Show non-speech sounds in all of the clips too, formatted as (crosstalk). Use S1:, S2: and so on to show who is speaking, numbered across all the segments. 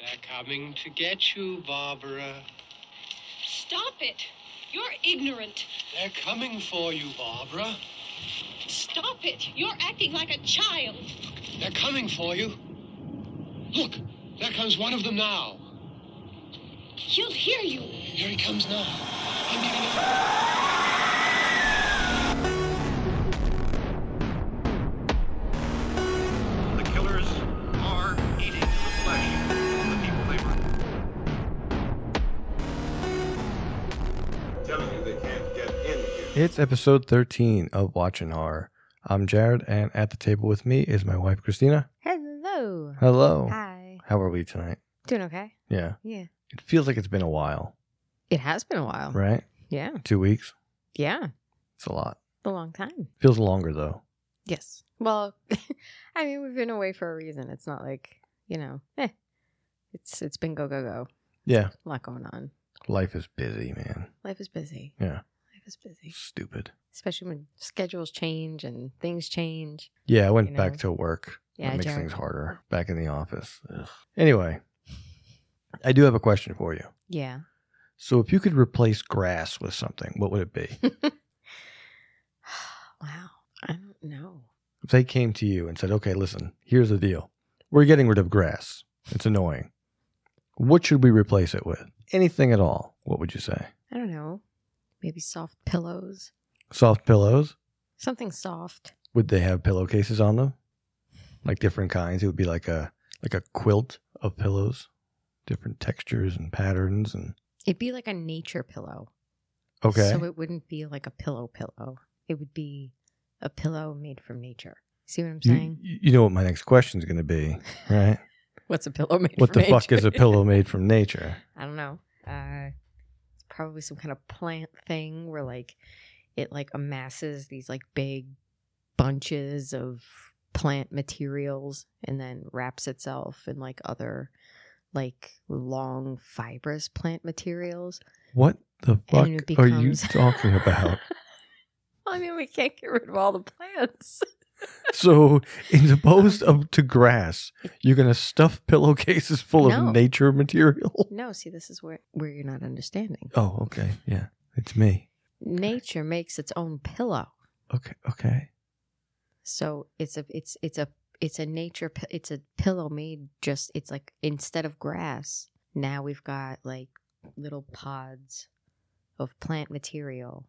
S1: They're coming to get you, Barbara.
S2: Stop it. You're ignorant.
S1: They're coming for you, Barbara.
S2: Stop it. You're acting like a child.
S1: They're coming for you. Look, there comes one of them now.
S2: He'll hear you.
S1: Here he comes now. I'm getting it.
S3: The killers are eating the flesh of the people they were.
S4: telling you they can't get in here.
S5: It's episode 13 of Watching Horror. I'm Jared, and at the table with me is my wife, Christina.
S6: Hello.
S5: Hello.
S6: Hi.
S5: How are we tonight?
S6: Doing okay?
S5: Yeah.
S6: Yeah.
S5: It feels like it's been a while,
S6: It has been a while.
S5: right?
S6: Yeah.
S5: Two weeks.
S6: Yeah.
S5: It's a lot.
S6: A long time.
S5: Feels longer, though.
S6: Yes. Well, (laughs) I mean, we've been away for a reason. It's not like, you know, eh. It's it's been go go go.
S5: Yeah.
S6: A lot going on.
S5: Life is busy, man.
S6: Life is busy.
S5: Yeah.
S6: Life is busy.
S5: Stupid.
S6: Especially when schedules change and things change.
S5: Yeah, I went
S6: You
S5: back
S6: know.
S5: to work.
S6: Yeah,
S5: that makes
S6: Jared.
S5: things harder. Back in the office. Ugh. Anyway, I do have a question for you.
S6: Yeah. (laughs)
S5: So, if you could replace grass with something, what would it be?
S6: wow. I don't know.
S5: if they came to you and said, okay, listen, here's the deal. We're getting rid of grass. It's annoying. What should we replace it with? Anything at all. What would you say?
S6: I don't know. Maybe soft pillows.
S5: Soft pillows?
S6: Something soft.
S5: Would they have pillowcases on them? Like different kinds. It would be like a like a quilt of pillows. Different textures and patterns and
S6: It'd be like a nature pillow.
S5: Okay.
S6: So it wouldn't be like a pillow pillow. It would be a pillow made from nature. See what I'm
S5: you,
S6: saying?
S5: you know what my next question is going to
S6: (laughs)
S5: be, right?
S6: What's a pillow made
S5: what the
S6: from
S5: fuck
S6: nature? (laughs)
S5: is a pillow made from nature?
S6: I don't know. Uh, it's probably some kind of plant thing where like it like amasses these like big bunches of plant materials and then wraps itself in like other like long fibrous plant materials.
S5: What the fuck
S6: and it
S5: are you
S6: becomes
S5: talking
S6: (laughs)
S5: about?
S6: I mean, we can't get rid of all the plants.
S5: So, in the post of to grass, you're gonna stuff pillowcases full
S6: No.
S5: of nature material.
S6: No, see, this is where where you're not understanding.
S5: (laughs) Oh, okay, yeah, it's me.
S6: Nature makes its own pillow,
S5: Okay, okay,
S6: so it's a it's it's a it's a nature pi- it's a pillow made just it's like instead of grass now we've got like little pods of plant material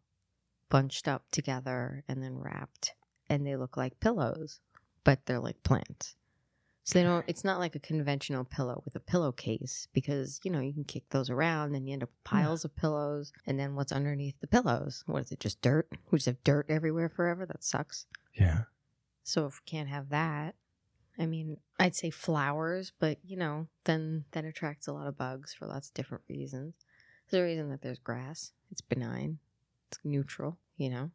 S6: bunched up together and then wrapped and they look like pillows but they're like plants so they don't it's not like a conventional pillow with a pillowcase because you know you can kick those around and you end up with piles of pillows and then what's underneath the pillows what is it just dirt we just have dirt everywhere forever that sucks
S5: yeah.
S6: so if we can't have that, I mean, I'd say flowers, but you know, then that attracts a lot of bugs for lots of different reasons. There's a reason that there's grass. It's benign. It's neutral, you know.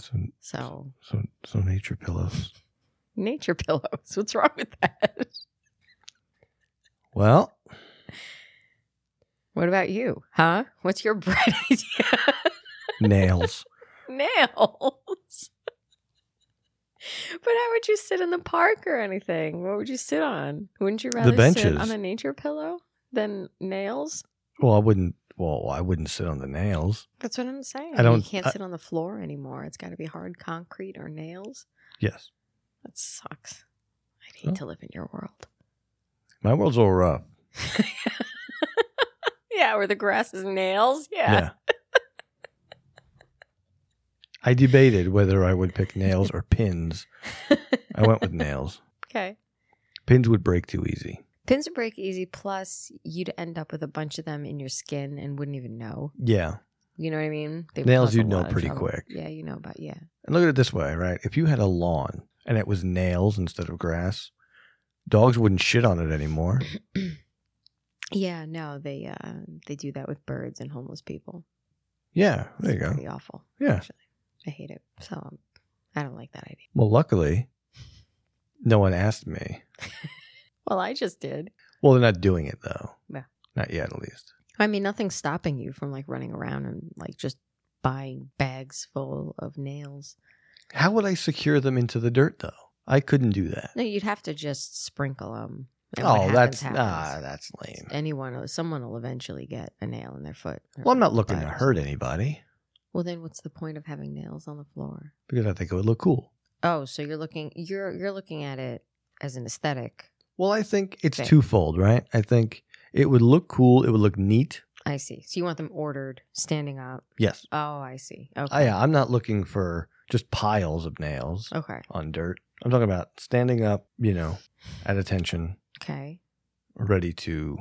S5: So,
S6: So (laughs)
S5: so, so nature pillows.
S6: nature pillows. What's wrong with that? (laughs)
S5: Well,
S6: What about you? Huh? What's your (laughs) bright idea?
S5: nails. (laughs)
S6: Nails. (laughs) But how would you sit in the park or anything? What would you sit on? Wouldn't you rather sit
S5: benches.
S6: on a nature pillow than nails?
S5: Well, I wouldn't. Well, I wouldn't sit on the nails.
S6: That's what I'm saying.
S5: I don't-
S6: You can't
S5: I-
S6: sit on the floor anymore. It's got to be hard concrete or nails.
S5: Yes,
S6: That sucks. I'd hate
S5: Oh.
S6: to live in your world.
S5: my world's all rough.
S6: Yeah, where the grass is nails.
S5: Yeah. I debated whether I would pick nails or pins. I went with nails.
S6: okay.
S5: Pins would break too easy.
S6: Pins would break easy. Plus, you'd end up with a bunch of them in your skin and wouldn't even know.
S5: Yeah.
S6: You know what I mean? They would
S5: Nails
S6: cause a
S5: you'd know
S6: lot of
S5: pretty
S6: trouble.
S5: quick.
S6: Yeah, you know about yeah.
S5: And look at it this way, right? If you had a lawn and it was nails instead of grass, dogs wouldn't shit on it
S6: (coughs)
S5: anymore.
S6: Yeah, no, they uh, they do that with birds and homeless people.
S5: Yeah, there you
S6: It's
S5: go.
S6: Pretty awful.
S5: Yeah.
S6: actually. I hate it. So um, I don't like that idea.
S5: Well, luckily, no one asked me.
S6: Well, I just did.
S5: Well, they're not doing it though.
S6: Yeah.
S5: Not yet, at least.
S6: I mean, nothing's stopping you from like running around and like just buying bags full of nails.
S5: How would I secure them into the dirt though? I couldn't do that.
S6: No, you'd have to just sprinkle them And what
S5: Oh,
S6: happens,
S5: that's
S6: happens.
S5: nah, that's lame.
S6: Anyone, someone will eventually get a nail in their foot. or
S5: Well, I'm not looking to
S6: butt or
S5: hurt
S6: something.
S5: anybody
S6: Well, then what's the point of having nails on the floor?
S5: because I think it would look cool.
S6: Oh, so you're looking you're you're looking at it as an aesthetic.
S5: Well, I think it's
S6: Thing.
S5: twofold, right? I think it would look cool. It would look neat.
S6: I see. So you want them ordered, standing up.
S5: Yes.
S6: Oh, I see.
S5: I,
S6: Okay.
S5: I'm not looking for just piles of nails
S6: Okay.
S5: on dirt. I'm talking about standing up, you know, at attention,
S6: Okay.
S5: ready to.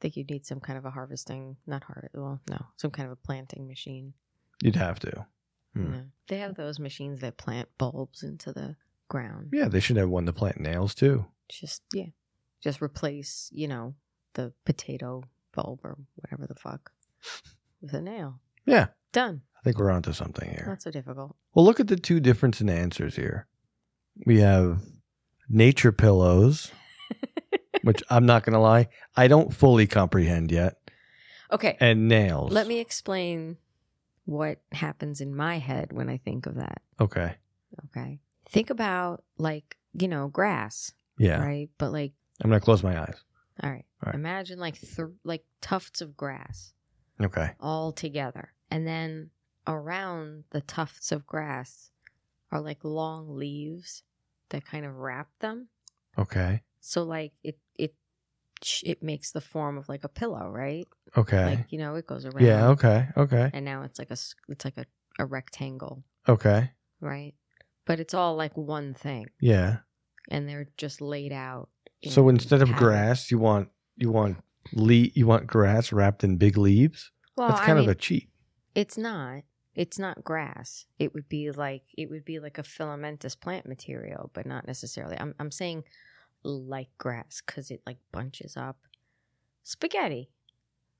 S6: think you'd need some kind of a harvesting, not harvest. Well, no, some kind of a planting machine.
S5: You'd have to. Hmm.
S6: No. They have those machines that plant bulbs into the ground.
S5: Yeah, they should have one to plant nails too.
S6: Just yeah, just replace you know the potato bulb or whatever the fuck with a nail.
S5: Yeah.
S6: Done.
S5: I think we're onto something here.
S6: Not so difficult.
S5: Well, look at the two difference in answers here. We have nature
S6: (laughs)
S5: pillows, which I'm not going to lie, I don't fully comprehend yet,
S6: Okay.
S5: and nails.
S6: Let me explain what happens in my head when I think of that.
S5: Okay.
S6: Okay. Think about like, you know, grass,
S5: Yeah.
S6: right? But like,
S5: I'm going to close my eyes.
S6: all right.
S5: All right.
S6: Imagine like th- like tufts of grass
S5: Okay.
S6: all together. And then around the tufts of grass are like long leaves that kind of wrap them.
S5: Okay.
S6: So like it it sh- it makes the form of like a pillow, right?
S5: Okay.
S6: Like, you know, it goes around.
S5: yeah. Okay. Okay.
S6: And now it's like a s- it's like a, a rectangle.
S5: Okay.
S6: right? But it's all like one thing,
S5: Yeah.
S6: and they're just laid out. in
S5: So instead of
S6: patterns.
S5: grass, you want you want le- you want grass wrapped in big leaves.
S6: well,
S5: That's kind
S6: I mean,
S5: of a cheat.
S6: it's not. It's not grass. It would be like it would be like a filamentous plant material, but not necessarily. I'm I'm saying like grass because it like bunches up, spaghetti,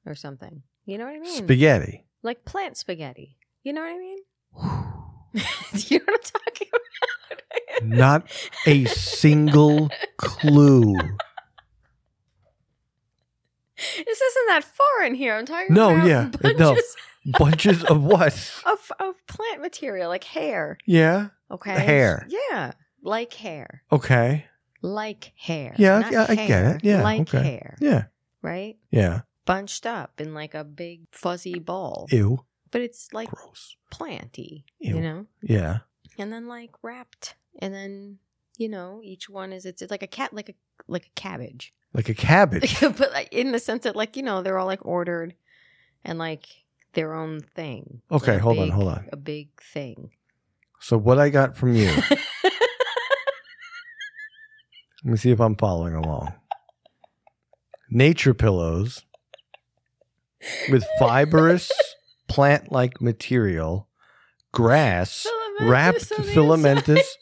S6: or something. You know what I mean?
S5: Spaghetti.
S6: like plant spaghetti. You know what I
S5: (sighs)
S6: mean? (laughs) you know what I'm talking about?
S5: Not a single clue.
S6: (laughs) This isn't that foreign here. I'm talking
S5: No,
S6: about
S5: yeah, no.
S6: bunches
S5: Bunches of what?
S6: of of plant material like hair.
S5: Yeah.
S6: Okay,
S5: Hair.
S6: Yeah, like hair,
S5: Okay.
S6: like hair.
S5: Yeah,
S6: Not
S5: yeah, I get
S6: hair,
S5: it. Yeah,
S6: like
S5: okay.
S6: hair.
S5: Yeah.
S6: Right,
S5: Yeah.
S6: bunched up in like a big fuzzy ball,
S5: Ew.
S6: but it's like
S5: Gross.
S6: planty,
S5: Ew.
S6: you know,
S5: Yeah.
S6: and then like wrapped, and then you know each one is it's, it's like a cat, like a like a cabbage, (laughs)
S5: Like a cabbage.
S6: but (laughs) like, in the sense that like you know they're all like ordered, and like their own thing. It's
S5: Okay,
S6: like a
S5: hold on,
S6: big-
S5: hold on.
S6: a big
S5: (laughs)
S6: thing. (laughs)
S5: so what I got from you. Let me see if I'm following along. Nature pillows with fibrous plant-like material, grass
S6: Oh,
S5: wrapped
S6: Filamentous on the inside. (laughs)
S5: filamentous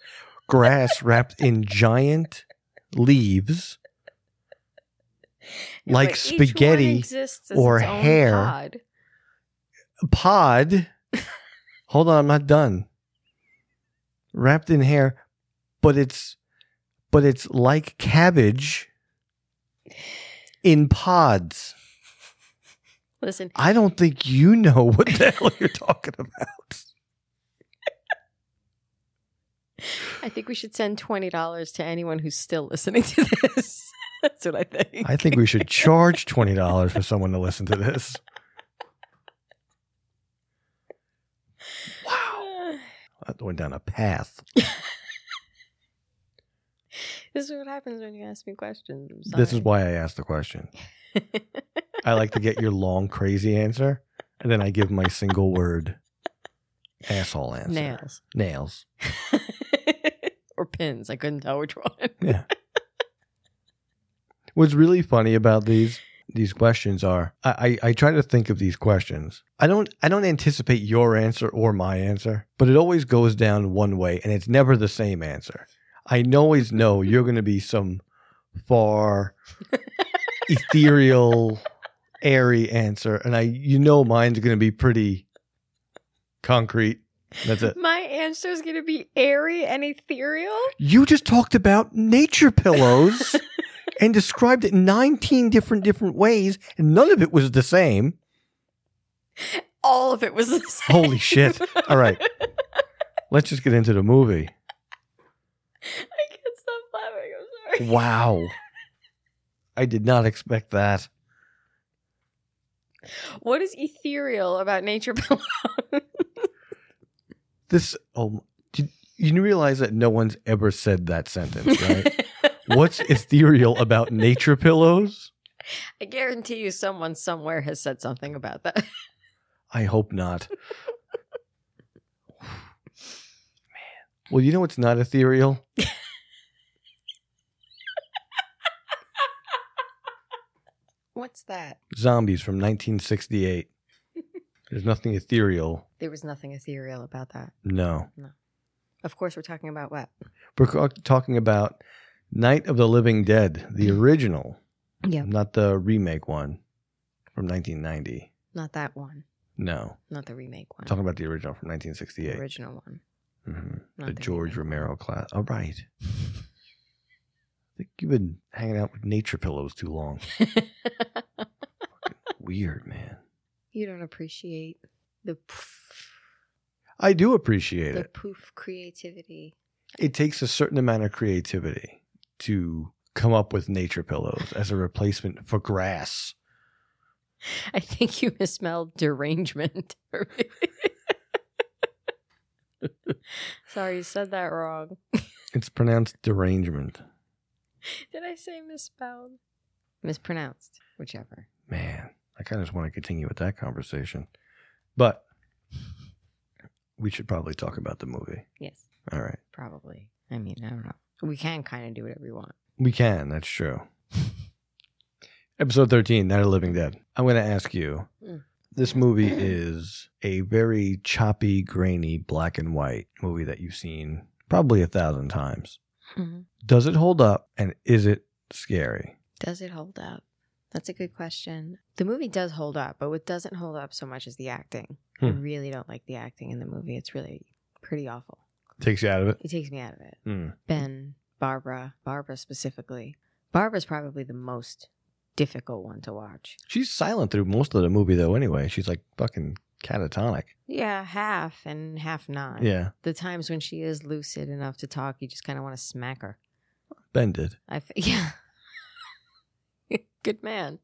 S5: grass wrapped in giant leaves like
S6: But each one
S5: spaghetti
S6: exists as
S5: or
S6: its own
S5: hair.
S6: pod.
S5: pod. Hold on, I'm not done. Wrapped in hair, but it's but it's like cabbage in pods.
S6: Listen,
S5: I don't think you know what the (laughs) hell you're talking about.
S6: I think we should send twenty dollars to anyone who's still listening to this. (laughs) That's what I think.
S5: I
S6: (laughs)
S5: think we should charge twenty dollars for someone to listen to this. That went down a path.
S6: this is what happens when you ask me questions. I'm
S5: This is
S6: (laughs) sorry.
S5: why I asked the question. I like to get your long, crazy answer, and then I give my single word asshole answer.
S6: nails (laughs)
S5: Nails.
S6: or pins. I couldn't tell which one.
S5: What's really funny about these these questions are I, I, I try to think of these questions. I don't I don't anticipate your answer or my answer, but it always goes down one way and it's never the same answer. I always know you're gonna be some far ethereal airy answer and I you know mine's gonna be pretty concrete. That's it.
S6: My answer is going to be airy and ethereal.
S5: You just talked about nature pillows and described it 19 different different ways, and none of it was the same.
S6: All of it was the same.
S5: Holy
S6: (laughs)
S5: shit. All right. Let's just get into the movie.
S6: I can't stop laughing. I'm sorry.
S5: Wow. I did not expect that.
S6: What is ethereal about nature (laughs) pillow?
S5: This oh, did you realize that no one's ever said that sentence,
S6: (laughs)
S5: right? What's ethereal about nature pillows?
S6: I guarantee you someone somewhere has said something about that. (laughs)
S5: I hope not. Man. Well, you know what's not ethereal?
S6: What's that?
S5: Zombies from
S6: (laughs)
S5: 1968. There's nothing ethereal.
S6: There was nothing ethereal about that.
S5: No.
S6: Of course, we're talking about what?
S5: We're ca- talking about Night of the Living Dead, the original,
S6: Yeah,
S5: not the remake one from 1990.
S6: not that one,
S5: No.
S6: not the remake one,
S5: Talking about the original from
S6: the
S5: 1968.
S6: original one.
S5: hmm
S6: Not
S5: The
S6: the
S5: George
S6: remake.
S5: Romero class. All right.
S6: (laughs)
S5: I think you've been hanging out with nature pillows too
S6: (laughs)
S5: long. Weird, man.
S6: you don't appreciate the poof,
S5: I do appreciate
S6: the
S5: it.
S6: poof creativity.
S5: It takes a certain amount of creativity to come up with nature pillows as a replacement for grass.
S6: (laughs) I think you misspelled derangement. (laughs) Sorry, you said that wrong.
S5: It's pronounced derangement.
S6: Did I say misspelled? Mispronounced, whichever.
S5: Man, I kind of just want to continue with that conversation. But we should probably talk about the movie.
S6: Yes,
S5: All right.
S6: probably. I mean, I don't know. We can kind of do whatever we want.
S5: We can. That's true. (laughs) Episode 13, Night of the Living Dead. I'm going to ask you
S6: Mm.
S5: this movie is a very choppy, grainy, black and white movie that you've seen probably a thousand times.
S6: Mm-hmm.
S5: Does it hold up and is it scary?
S6: Does it hold up? That's a good question. The movie does hold up, but what doesn't hold up so much is the acting. I
S5: Hmm.
S6: really don't like the acting in the movie. It's really pretty awful.
S5: Takes you out of it?
S6: It takes me out of it.
S5: Hmm.
S6: Ben, Barbara, Barbara specifically. Barbara's probably the most difficult one to watch.
S5: She's silent through most of the movie, though, anyway. She's like fucking catatonic.
S6: Yeah, half and half not.
S5: Yeah.
S6: The times when she is lucid enough to talk, you just kind of want to smack her.
S5: Ben did.
S6: I f- (laughs) yeah. good man.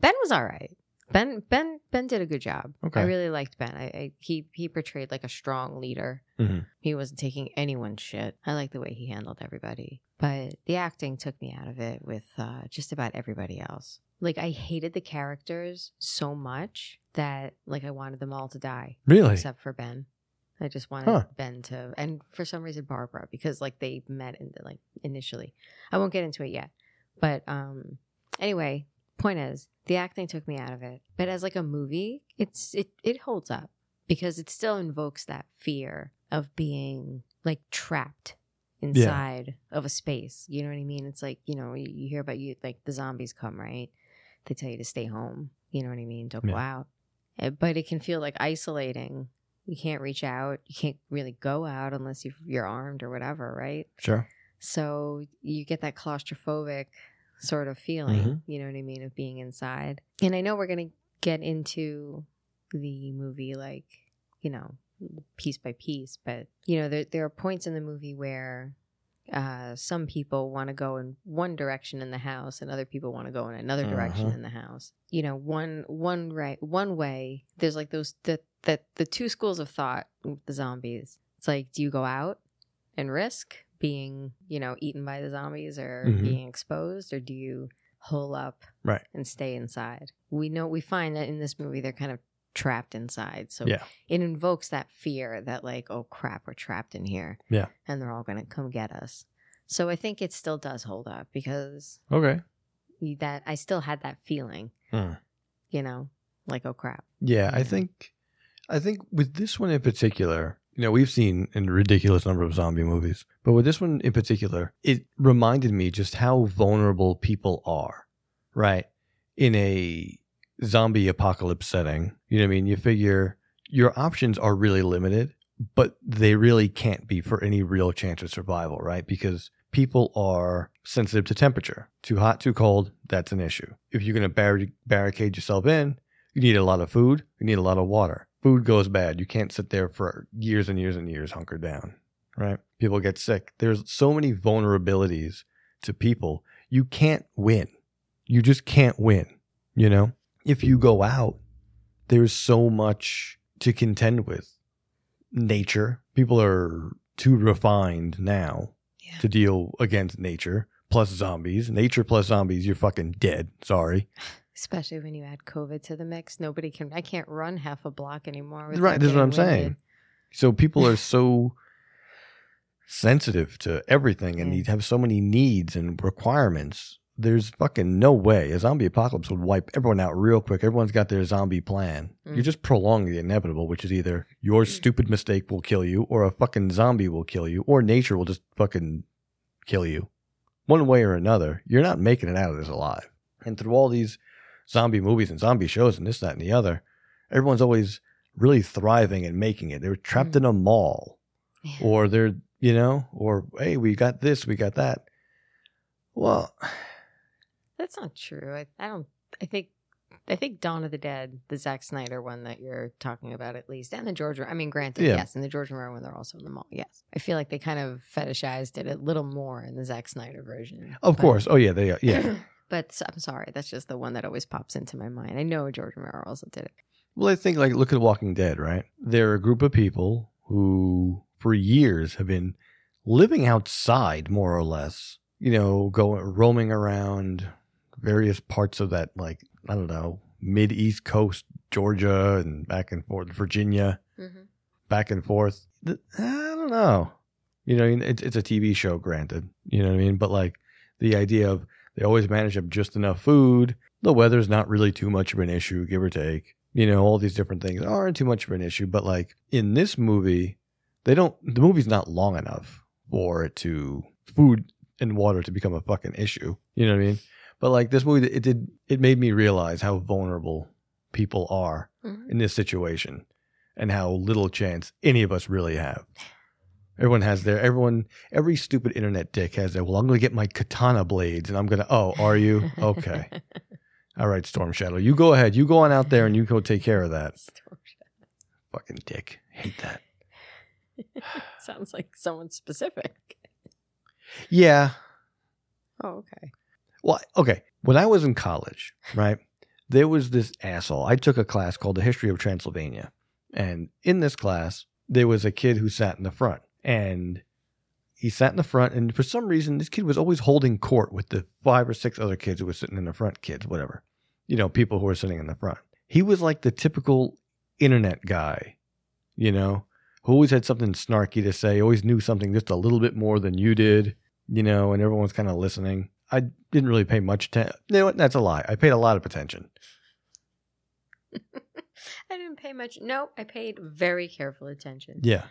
S6: Ben was all right. Ben Ben Ben did a good job.
S5: Okay.
S6: I really liked Ben. I, I he he portrayed like a strong leader.
S5: Mhm.
S6: He wasn't taking anyone's shit. I like the way he handled everybody. But the acting took me out of it with uh, just about everybody else. Like I hated the characters so much that like I wanted them all to die
S5: Really?
S6: except for Ben. I just wanted
S5: Huh.
S6: Ben to, and for some reason Barbara, because like they met in the, like initially. I won't get into it yet, but um, anyway, point is the acting took me out of it. But as like a movie, it's it it holds up because it still invokes that fear of being like trapped inside of a space. You know what I mean? It's like you know you, you hear about you like the zombies come right, they tell you to stay home. You know what I mean? Don't go out. Uh, But it can feel like isolating. You can't reach out. You can't really go out unless you you're armed or whatever, right?
S5: Sure.
S6: So you get that claustrophobic sort of feeling,
S5: Mhm.
S6: you know what I mean, of being inside. And I know we're going to get into the movie like, you know, piece by piece, but, you know, there, there are points in the movie where uh, some people want to go in one direction in the house and other people want to go in another direction
S5: Uh-huh.
S6: in the house. You know, one, one right, one way, there's like those, the, the, the two schools of thought with the zombies. It's like, do you go out and risk being, you know, eaten by the zombies or
S5: Mhm.
S6: being exposed, or do you hole up
S5: Right.
S6: and stay inside? We know we find that in this movie they're kind of trapped inside, so
S5: Yeah.
S6: it invokes that fear that like, oh crap, we're trapped in here,
S5: Yeah.
S6: and they're all gonna come get us. So I think it still does hold up because
S5: Okay.
S6: that I still had that feeling,
S5: Hmm.
S6: you know, like oh crap,
S5: Yeah, I
S6: Yeah.
S5: think I think with this one in particular, you know, we've seen a ridiculous number of zombie movies, but with this one in particular, it reminded me just how vulnerable people are, right? In a zombie apocalypse setting. You know what I mean? You figure your options are really limited, but they really can't be for any real chance of survival, right? Because people are sensitive to temperature. Too hot, too cold, that's an issue. If you're going to barri- barricade yourself in, you need a lot of food. You need a lot of water. Food goes bad. You can't sit there for years and years and years hunkered down, right? People get sick. There's so many vulnerabilities to people. You can't win. you just can't win, you know? If you go out, there's so much to contend with. Nature, people are too refined now
S6: Yeah.
S5: to deal against nature plus zombies. Nature plus zombies, you're fucking dead. Sorry.
S6: Especially when you add COVID to the mix, nobody can. I can't run half a block anymore. without
S5: right, this is what I'm
S6: getting
S5: saying.
S6: winded.
S5: So people
S6: (laughs)
S5: are so sensitive to everything and
S6: Yeah.
S5: you have so many needs and requirements. There's fucking no way a zombie apocalypse would wipe everyone out real quick. Everyone's got their zombie plan. You're
S6: Mm.
S5: just prolonging the inevitable, which is either your stupid mistake will kill you, or a fucking zombie will kill you, or nature will just fucking kill you. One way or another, you're not making it out of this alive. And through all these zombie movies and zombie shows and this, that, and the other, everyone's always really thriving and making it. They're trapped
S6: Mm.
S5: in a mall
S6: (laughs) Yeah.
S5: or they're you know or hey we got this we got that well
S6: That's not true. I, I don't. I think. I think Dawn of the Dead, the Zack Snyder one that you're talking about, at least, and the George. I mean, granted,
S5: Yeah.
S6: yes, and the George Romero one, they're also in the mall. Yes, I feel like they kind of fetishized it a little more in the Zack Snyder version.
S5: of
S6: but-
S5: course oh yeah they are yeah
S6: (clears throat) but s- I'm sorry, that's just the one that always pops into my mind. I know George Romero also did it.
S5: well i think like look at walking dead right they're a group of people who for years have been living outside more or less you know going roaming around various parts of that like i don't know mid east coast georgia and back and forth virginia back and forth. Th- I don't know. You know, it's it's a TV show, granted. You know what I mean? But like the idea of they always manage to have just enough food. The weather's not really too much of an issue, give or take. You know, all these different things aren't too much of an issue. But like in this movie, they don't. The movie's not long enough for it to food and water to become a fucking issue. You know what I mean? But like this movie, it did. It made me realize how vulnerable people are
S6: Mhm.
S5: in this situation and how little chance any of us really have. Everyone has their everyone every stupid internet dick has their well I'm gonna get my katana blades and I'm gonna oh, are
S6: (laughs)
S5: you?
S6: Mm-hmm.
S5: Okay. All right, Storm Shadow. You go ahead. You go on out there and you go take care of that. Fucking dick. Hate that.
S6: Sounds like someone specific.
S5: Yeah.
S6: Oh, okay.
S5: Well, okay. When I was in college, right, there was this asshole. I took a class called The History of Transylvania. And in this class, there was a kid who sat in the front. And he sat in the front. And for some reason, this kid was always holding court with the five or six other kids who were sitting in the front, kids, whatever. You know, people who were sitting in the front. He was like the typical internet guy, you know, who always had something snarky to say, always knew something just a little bit more than you did, you know, and everyone's kind of listening. I didn't really pay much attention. You know what? That's a lie. I paid a lot of attention.
S6: (laughs) I didn't pay much. No, I paid very careful attention.
S5: Yeah.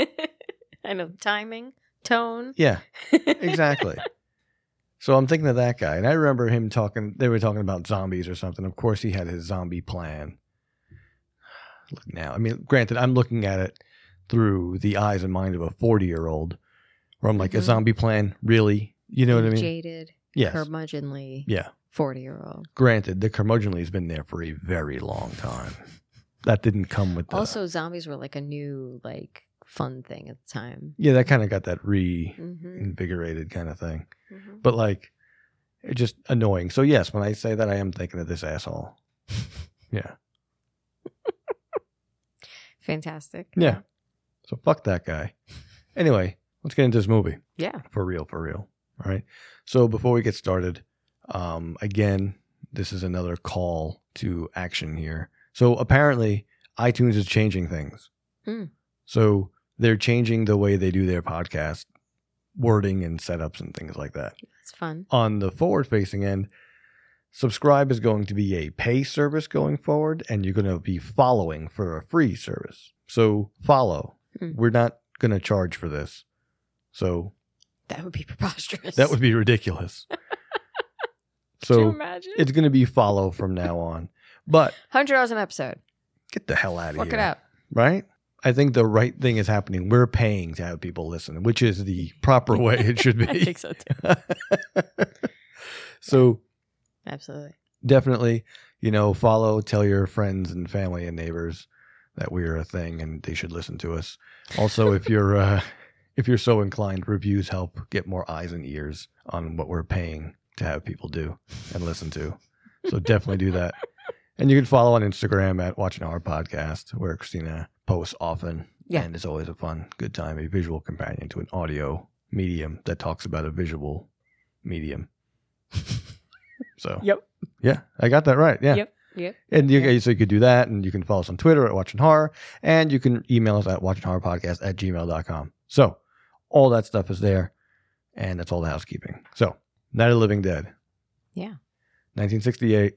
S6: (laughs) I know timing, tone.
S5: Yeah. Exactly. so I'm thinking of that guy. And I remember him talking, they were talking about zombies or something. Of course, he had his zombie plan. Look now. I mean, granted, I'm looking at it through the eyes and mind of a 40 year old where I'm like, a
S6: Mhm.
S5: zombie plan? Really? You know what I mean?
S6: Jaded,
S5: yes.
S6: curmudgeonly,
S5: yeah.
S6: forty-year-old.
S5: Granted, the curmudgeonly has been there for a very long time. That didn't come with the.
S6: Also, zombies were like a new, like, fun thing at the time.
S5: yeah, that kind of got that re.
S6: Mm-hmm.
S5: invigorated kind of thing.
S6: hmm
S5: But like, it just annoying. So yes, when I say that, I am thinking of this asshole. yeah,
S6: Fantastic.
S5: yeah. So fuck that guy. Anyway, let's get into this movie
S6: Yeah.
S5: for real, for real. All right. So before we get started, um, again, this is another call to action here. So apparently, iTunes is changing things.
S6: Hmm.
S5: So they're changing the way they do their podcast wording and setups and things like that.
S6: It's fun.
S5: on the forward facing end, subscribe is going to be a pay service going forward, and you're going to be following for a free service. So follow.
S6: Hmm.
S5: We're not going to charge for this. So
S6: That would be preposterous. (laughs)
S5: that would be ridiculous.
S6: Could you
S5: so
S6: imagine?
S5: it's going to be follow from now on. But
S6: Hundred dollars an episode.
S5: get the hell out of
S6: Work
S5: here.
S6: it out.
S5: Right? I think the right thing is happening. We're paying to have people listen, which is the proper way it should
S6: (laughs) I
S5: be.
S6: think
S5: (laughs)
S6: so too.
S5: so
S6: Absolutely.
S5: definitely, you know, follow, tell your friends and family and neighbors that we're a thing and they should listen to us. Also, if you're uh, if you're so inclined, reviews help get more eyes and ears on what we're paying to have people do and listen to. So definitely do that. And you can follow on Instagram at Watching Our Podcast, where Christina posts often.
S6: Yeah.
S5: And it's always a fun, good time, a visual companion to an audio medium that talks about a visual medium. so,
S6: Yep.
S5: Yeah, I got that right. Yeah.
S6: Yep, yep,
S5: And you,
S6: yeah.
S5: so you could do that, and you can follow us on Twitter at Watching Horror, and you can email us at watchinghorrorpodcast at gmail.com. So, all that stuff is there, and that's all the housekeeping. So, Night of the Living Dead.
S6: Yeah.
S5: 1968.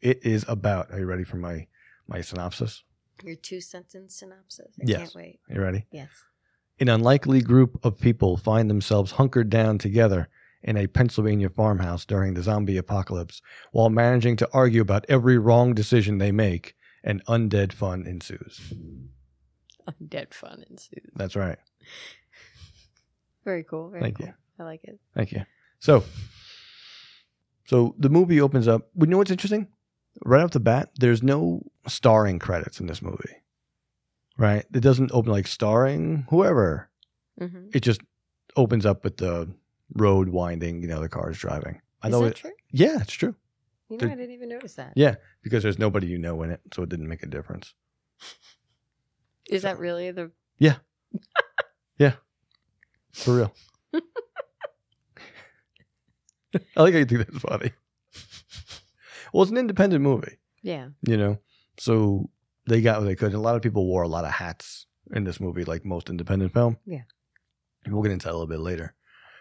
S5: It is about. Are you ready for my my synopsis?
S6: Your two sentence synopsis. I
S5: Yes.
S6: can't wait.
S5: You ready?
S6: Yes. (laughs)
S5: An unlikely group of people find themselves hunkered down together in a Pennsylvania farmhouse during the zombie apocalypse while managing to argue about every wrong decision they make, and undead fun ensues.
S6: Undead fun ensues.
S5: That's right.
S6: Very cool. Very
S5: Thank
S6: cool.
S5: you.
S6: I like it.
S5: Thank you. So, so the movie opens up. You know what's interesting? Right off the bat, there's no starring credits in this movie. Right? It doesn't open like starring whoever.
S6: Mm-hmm.
S5: It just opens up with the road winding. You know, the cars driving. I
S6: Is
S5: know
S6: that
S5: it.
S6: true?
S5: Yeah, it's true
S6: You know,
S5: Did-
S6: I didn't even notice that. Is
S5: Yeah. because there's nobody you know in it, so it didn't make a difference.
S6: that really the?
S5: For real. (laughs) I like how you think that's funny. well, it's an independent movie.
S6: Yeah.
S5: you know so they got what they could and a lot of people wore a lot of hats in this movie like most independent film
S6: Yeah.
S5: and we'll get into that a little bit later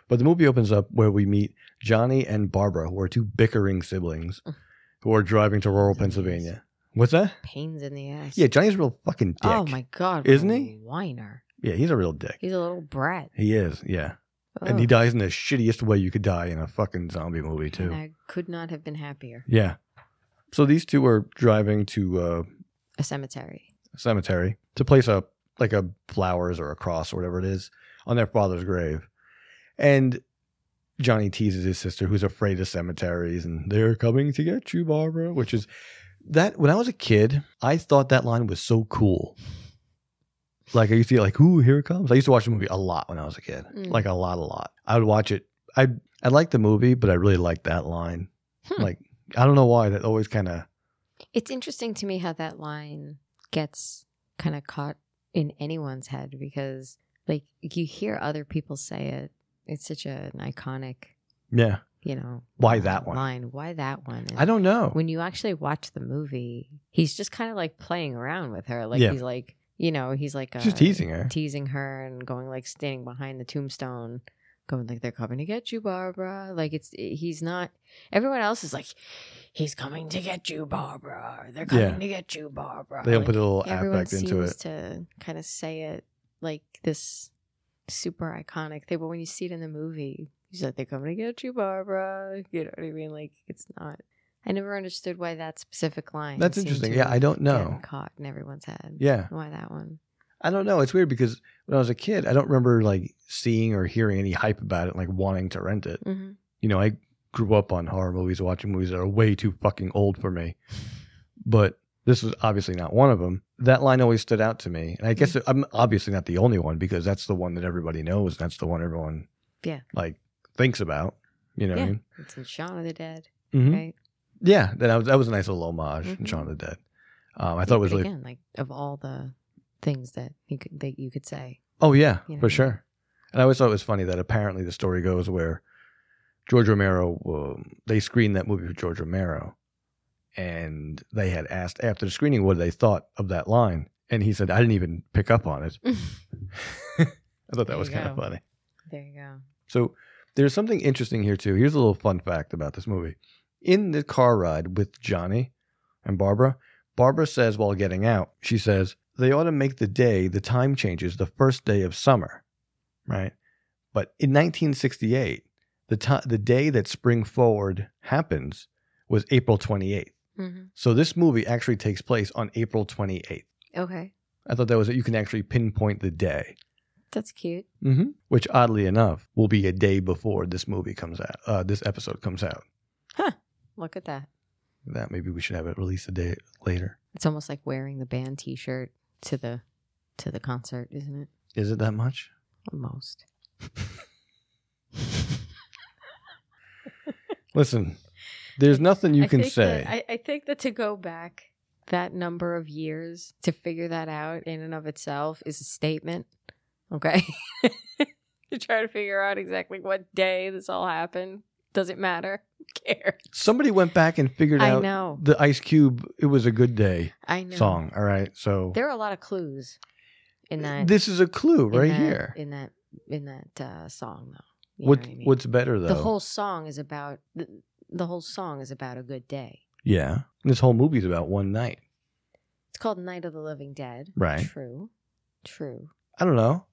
S5: but the movie opens up where we meet johnny and barbara who are two bickering siblings who are driving to rural pennsylvania what's that
S6: Pains in the ass.
S5: yeah johnny's a real fucking dick
S6: Oh my god.
S5: Isn't
S6: what a
S5: he?
S6: Whiner.
S5: yeah he's a real dick
S6: He's a little brat.
S5: he is yeah and he
S6: Ugh.
S5: dies in the shittiest way you could die in a fucking zombie movie too
S6: And I could not have been happier.
S5: yeah so these two are driving to uh
S6: A cemetery.
S5: cemetery to place a like a flowers or a cross or whatever it is on their father's grave. And Johnny teases his sister who's afraid of cemeteries and they're coming to get you, Barbara, which is that when I was a kid, I thought that line was so cool. Like I used to get like, ooh, here it comes. I used to watch the movie a lot when I was a kid.
S6: Mm.
S5: Like a lot, a lot. I would watch it. I I liked the movie, but I really liked that line.
S6: Hmm.
S5: Like I don't know why. That always kinda
S6: It's interesting to me how that line gets kind of caught in anyone's head because, like, you hear other people say it. It's such a, an iconic,
S5: Yeah.
S6: you know,
S5: Why that one?
S6: line. Why that one? And
S5: I don't know.
S6: When you actually watch the movie, he's just kind of like playing around with her. Like
S5: Yeah.
S6: he's like, you know, he's like uh,
S5: She's teasing her.
S6: teasing her and going like standing behind the tombstone, going like they're coming to get you, Barbara. Like it's he's not. Everyone else is like, he's coming to get you, Barbara. They're coming
S5: Yeah.
S6: to get you, Barbara.
S5: They don't
S6: Like,
S5: put a little
S6: everyone
S5: affect into
S6: seems
S5: it.
S6: to kind of say it like this super iconic thing, but when you see it in the movie, he's like, "They're coming to get you, Barbara." You know what I mean? Like it's not. I never understood why that specific line.
S5: That's
S6: seemed
S5: interesting.
S6: to
S5: Yeah, I don't
S6: get
S5: know.
S6: Caught in everyone's head.
S5: Yeah.
S6: Why that one?
S5: I don't know. It's weird because when I was a kid, I don't remember like seeing or hearing any hype about it, like wanting to rent it.
S6: Mm-hmm.
S5: You know, I grew up on horror movies, watching movies that are way too fucking old for me. But this was obviously not one of them. That line always stood out to me. And I guess
S6: Mm.
S5: I'm obviously not the only one because that's the one that everybody knows. That's the one everyone
S6: Yeah.
S5: like thinks about. You know what I
S6: Yeah.
S5: mean?
S6: It's in Shaun of the Dead,
S5: Mhm.
S6: right?
S5: Yeah. That was, that was a nice little homage in
S6: Mhm.
S5: Shaun of the Dead. Um, I thought it was
S6: But
S5: really
S6: again like of all the things that you could that you could say.
S5: (laughs) Oh yeah,
S6: You know what I
S5: for
S6: mean?
S5: sure. And I always thought it was funny that apparently the story goes where George Romero um, they screened that movie for George Romero, and they had asked after the screening what they thought of that line, and he said I didn't even pick up on it. (laughs) I thought
S6: There
S5: that was
S6: you
S5: kind of
S6: go.
S5: funny.
S6: there you go.
S5: So there's something interesting here too. Here's a little fun fact about this movie. In the car ride with Johnny and Barbara, Barbara says while getting out, she says, they ought to make the day the time changes the first day of summer. Right? But in 1968, the ti the day that spring forward happens was April 28th.
S6: hmm
S5: So this movie actually takes place on April 28th.
S6: Okay,
S5: I thought that was you can actually pinpoint the day
S6: that's cute.
S5: mm-hmm. which oddly enough will be a day before this movie comes out. Uh, this episode comes out.
S6: Look at that.
S5: That maybe we should have it released a day later.
S6: It's almost like wearing the band T-shirt to the to the concert, isn't it?
S5: Is it that much?
S6: Almost.
S5: Listen, there's nothing you
S6: I
S5: can
S6: think
S5: say.
S6: That, I, I think that to go back that number of years to figure that out in and of itself is a statement. Okay. (laughs) to try to figure out exactly what day this all happened. Doesn't matter. Who cares?
S5: Somebody went back and figured
S6: I
S5: out
S6: know.
S5: the Ice Cube "It Was a Good Day"
S6: I know.
S5: song. All right, so
S6: There are a lot of clues in that
S5: this is a clue
S6: in
S5: right
S6: that-
S5: here.
S6: in that in that uh, song though. You know
S5: what
S6: what I mean?
S5: what's better though?
S6: the whole song is about the, the whole song is about a good day.
S5: yeah. This whole movie's about one night.
S6: It's called Night of the Living Dead.
S5: Right.
S6: True. True.
S5: I don't know.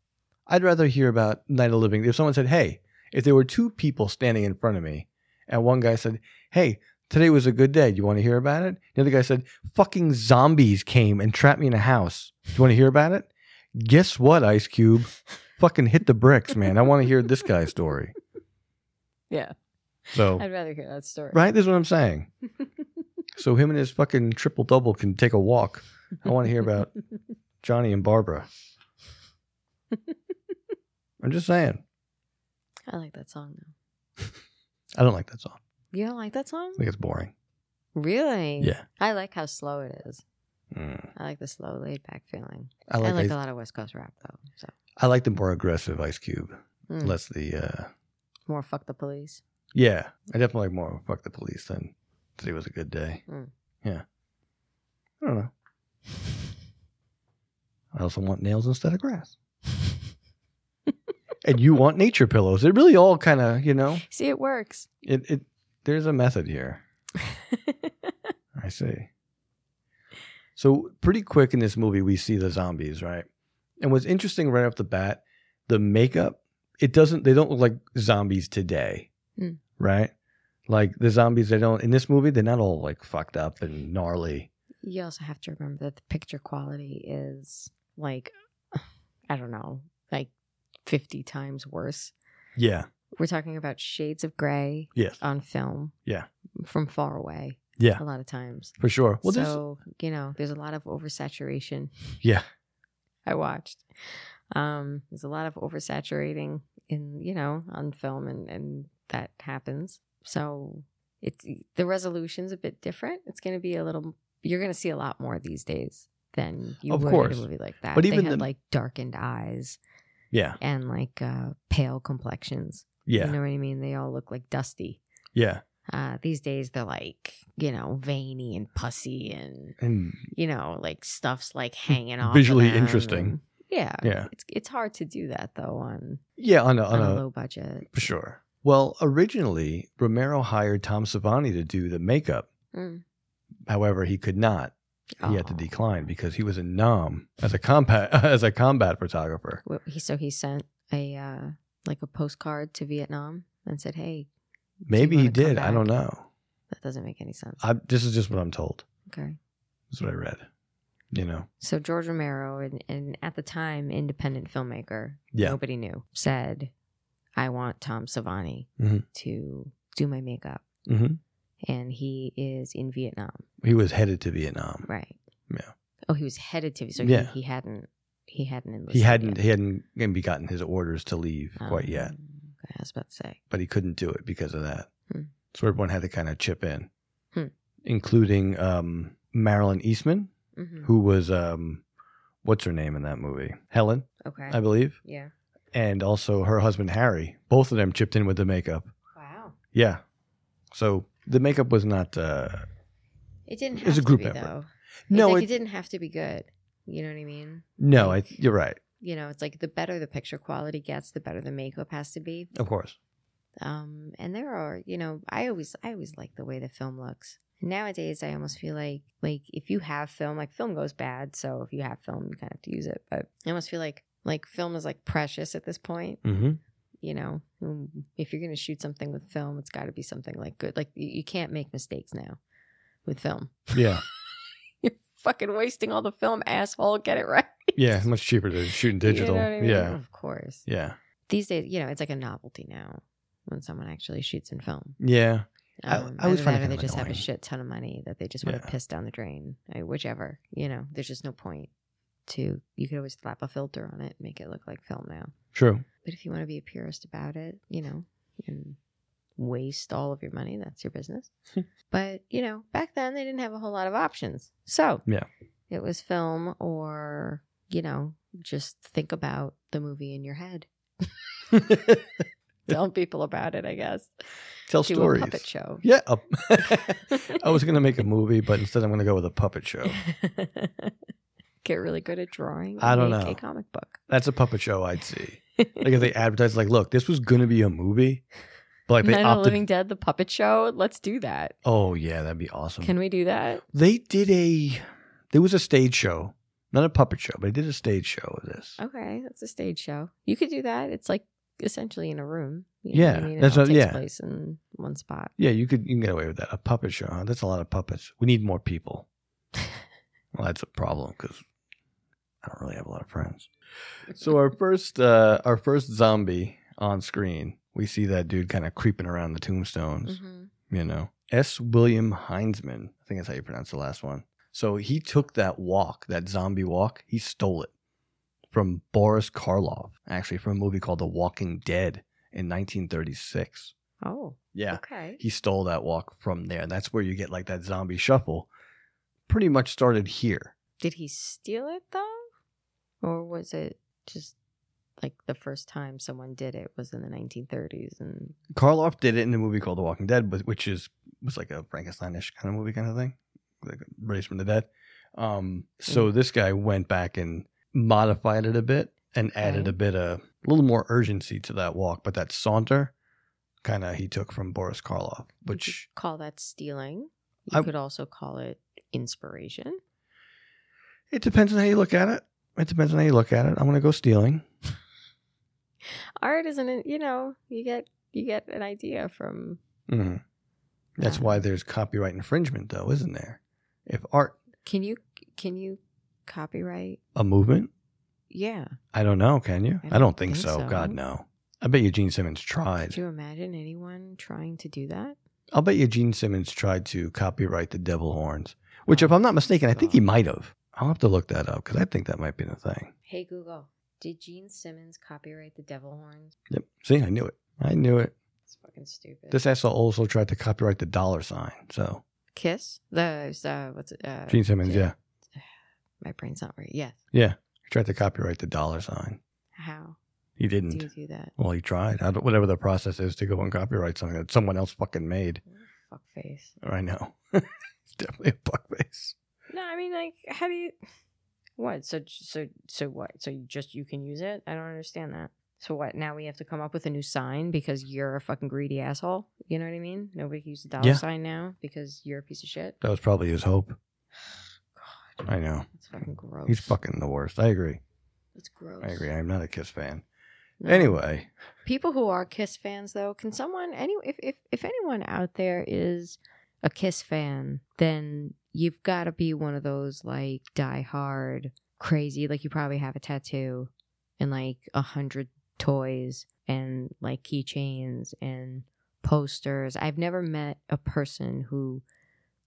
S5: I'd rather hear about Night of the Living. If someone said, "Hey," if there were two people standing in front of me, and one guy said, "Hey." Today was a good day. Do you want to hear about it? The other guy said, "Fucking zombies came and trapped me in a house. Do you want to hear about it?" Guess what, Ice Cube? Fucking hit the bricks, man. I want to hear this guy's story.
S6: Yeah.
S5: So
S6: I'd rather hear that story.
S5: Oh. Right? This is what I'm saying. (laughs) so him and his fucking triple double can take a walk. I want to hear (laughs) about Johnny and Barbara. I'm just saying.
S6: I like that song though.
S5: I don't like that song.
S6: You don't like that song?
S5: I think it's boring.
S6: Really?
S5: Yeah.
S6: I like how slow it is.
S5: Mm.
S6: I like the slow, laid back feeling.
S5: I
S6: I like,
S5: like I like,
S6: a lot of West Coast rap though. So
S5: the more aggressive Ice Cube.
S6: Mm.
S5: Less the uh
S6: more fuck the police.
S5: yeah. I definitely like more fuck the police than today was a good day.
S6: Mm.
S5: Yeah. I don't know. (laughs) I also want nails instead of grass. and you want nature pillows. It really all kind of, you know.
S6: See, it works. (laughs)
S5: It it there's a method here. I see. So pretty quick in this movie we see the zombies, right? And what's interesting right off the bat, the makeup, it doesn't they don't look like zombies today.
S6: Hmm.
S5: Right? Like the zombies they don't in this movie, they're not all like fucked up and gnarly.
S6: you also have to remember that the picture quality is like (sighs) I don't know, like fifty times worse.
S5: Yeah.
S6: We're talking about shades of gray
S5: Yes.
S6: on film.
S5: Yeah.
S6: From far away
S5: Yeah.
S6: a lot of times.
S5: For sure. Well there's
S6: so, you know, there's a lot of oversaturation. (laughs)
S5: yeah.
S6: I watched. Um, there's a lot of oversaturating in you know on film, and and that happens. So it's the resolution's a bit different. It's going to be a little. You're going to see a lot more these days than you
S5: Of
S6: would
S5: course.
S6: in a movie like that.
S5: But
S6: they
S5: even
S6: had
S5: the-
S6: like darkened eyes
S5: Yeah.
S6: and like uh, pale complexions.
S5: Yeah.
S6: You know what I mean? They all look like dusty.
S5: Yeah.
S6: Uh, these days they're like you know veiny and pussy and
S5: And
S6: you know, like stuff's like hanging off. of
S5: Mm, Visually
S6: them
S5: interesting.
S6: and- Yeah.
S5: Yeah.
S6: It's it's hard to do that though on,
S5: yeah, on a on,
S6: on,
S5: a
S6: a low budget.
S5: For sure. Well, originally, Romero hired Tom Savani to do the makeup.
S6: Mm.
S5: However, he could not. He had to
S6: Oh.
S5: decline because he was in Nam as a combat (laughs) as a combat photographer.
S6: Wh- He so he sent a uh like a postcard to Vietnam and said, "Hey,
S5: Maybe he
S6: wanna come
S5: did. I don't
S6: back?
S5: know.
S6: that doesn't make any sense."
S5: I, this is just what I'm told.
S6: okay.
S5: This is what I read. You know.
S6: So George Romero and, and at the time independent filmmaker,
S5: Yeah.
S6: nobody knew, said, "I want Tom Savani
S5: Mhm.
S6: to do my makeup."
S5: Mhm.
S6: And he is in Vietnam,
S5: He was headed to Vietnam.
S6: right?
S5: Yeah.
S6: Oh, he was headed to. So
S5: Yeah.
S6: he, he hadn't. He hadn't enlisted.
S5: He hadn't
S6: yet.
S5: he hadn't maybe gotten his orders to leave quite
S6: Um,
S5: yet,
S6: okay, I was about to say.
S5: but he couldn't do it because of that.
S6: Hmm.
S5: So everyone had to kind of chip in,
S6: Hmm.
S5: including um, Marilyn Eastman,
S6: Mhm.
S5: who was um what's her name in that movie? Helen,
S6: Okay.
S5: I believe.
S6: yeah.
S5: And also her husband Harry. Both of them chipped in with the makeup.
S6: Wow.
S5: Yeah. So the makeup was not uh
S6: It didn't.
S5: It's
S6: Have
S5: a group
S6: to be,
S5: effort.
S6: though.
S5: No,
S6: No, it,
S5: it-
S6: didn't have to be good. You know what I mean?
S5: no, I,
S6: Like-
S5: you're right.
S6: You know, it's like the better the picture quality gets, the better the makeup has to be.
S5: Of course.
S6: Um, and there are, you know, I always, I always like the way the film looks. Nowadays, I almost feel like, like if you have film, like film goes bad, so if you have film, you kind of have to use it. But I almost feel like, like film is like precious at this point.
S5: Mm-hmm.
S6: you know Mm, if you're going to shoot something with film it's got to be something like good like you, you can't make mistakes now with film (laughs)
S5: Yeah.
S6: you're fucking wasting all the film asshole get it right
S5: Yeah. Much cheaper to shoot in
S6: You know
S5: digital.
S6: what I mean?
S5: Yeah.
S6: of course
S5: Yeah.
S6: these days you know it's like a novelty now when someone actually shoots in film
S5: Yeah. I-
S6: um,
S5: I always
S6: either
S5: find
S6: that
S5: it
S6: or they
S5: kinda
S6: just have a
S5: annoying.
S6: shit ton of money that they just want
S5: Yeah.
S6: to piss down the drain I, whichever you know there's just no point to you could always slap a filter on it and make it look like film now
S5: True. (laughs)
S6: But if you want to be a purist about it, you know, and waste all of your money, that's
S5: (laughs)
S6: your business. but, you know, back then they didn't have a whole lot of options. So,
S5: Yeah.
S6: It was film or, you know, just think about the movie in your head. Tell people about it, I guess.
S5: Tell
S6: Do
S5: stories.
S6: a puppet show.
S5: Yeah.
S6: (laughs)
S5: a- I was going to make a movie, but instead I'm going to go with a puppet show.
S6: (laughs) Get really good at drawing.
S5: I
S6: and
S5: don't
S6: make
S5: know.
S6: A comic book.
S5: That's a puppet show I'd see. Like if they advertised, like, look, this was going to be a movie, but like they
S6: Night of the
S5: opted.
S6: Living Dead, the puppet show. Let's do that.
S5: oh yeah, that'd be awesome.
S6: Can we do that?
S5: they did a. There was a stage show, not a puppet show, but they did a stage show of this.
S6: Okay, that's a stage show. You could do that. It's like essentially in a room. You
S5: Yeah,
S6: what I mean? It
S5: that's
S6: all
S5: what-
S6: takes
S5: yeah.
S6: place in one spot.
S5: Yeah, you could you can get away with that. A puppet show, huh? That's a lot of puppets. We need more people.
S6: (laughs)
S5: well, that's a problem because I don't really have a lot of friends.
S6: (laughs)
S5: So um, our first uh our first zombie on screen, we see that dude kind of creeping around the tombstones.
S6: hmm
S5: You know, S. William Heinzman. I think that's how you pronounce the last one. So he took that walk, that zombie walk. He stole it from Boris Karloff, actually from a movie called The Walking Dead in 1936.
S6: Oh,
S5: Yeah
S6: okay.
S5: he stole that walk from there. And that's where you get like that zombie shuffle. Pretty much started here.
S6: Did he steal it though, or was it just like the first time someone did it was in the 1930s? And
S5: Karloff did it in a movie called The Walking Dead, but- which is was like a Frankensteinish kind of movie kind of thing, like raised from the dead. Um, so this guy went back and modified it a bit and added
S6: Okay.
S5: a bit of a little more urgency to that walk, but that saunter kind of he took from Boris Karloff,
S6: you could
S5: which
S6: call that stealing? You
S5: I-
S6: could also call it inspiration.
S5: it depends on how you look at it. It depends on how you look at it. I'm gonna go stealing.
S6: Art isn't, it, you know, you get you get an idea from
S5: hmm That's
S6: Uh,
S5: why there's copyright infringement, though, isn't there? If art
S6: Can you can you copyright?
S5: a movement,
S6: Yeah.
S5: I don't know. Can you? I don't, think, so.
S6: so.
S5: God no. I bet you Gene Simmons tried.
S6: Could you imagine anyone trying to do that?
S5: I'll bet you Gene Simmons tried to copyright the devil horns, which, if I'm not mistaken, I think he might have. I'll have to look that up because I think that might be the thing.
S6: Hey Google, did Gene Simmons copyright the devil horns?
S5: Yep. See, I knew it. I knew it.
S6: It's fucking stupid.
S5: This asshole also tried to copyright the dollar sign. So
S6: Kiss? The uh, what's it? Uh,
S5: Gene Simmons, yeah,
S6: My brain's not right. Yes.
S5: yeah, he tried to copyright the dollar sign.
S6: How
S5: He
S6: do
S5: didn't.
S6: you do that?
S5: Well, he tried. I don't, whatever the process is to go and copyright something that someone else fucking made.
S6: Fuck face.
S5: I know. (laughs) it's definitely a fuckface.
S6: No, I mean like, how do you? What? So so so what? So you just you can use it? I don't understand that. So what? Now we have to come up with a new sign because you're a fucking greedy asshole. You know what I mean? Nobody can use the dollar
S5: Yeah.
S6: sign now because you're a piece of shit.
S5: That was probably his (sighs) hope. I know.
S6: That's fucking gross.
S5: He's fucking the worst. I agree.
S6: That's gross.
S5: I agree. I'm not a Kiss fan.
S6: No.
S5: Anyway,
S6: people who are Kiss fans, though, can someone any if if if anyone out there is a Kiss fan, then you've got to be one of those like die hard crazy. Like you probably have a tattoo and like a hundred toys and like keychains and posters. I've never met a person who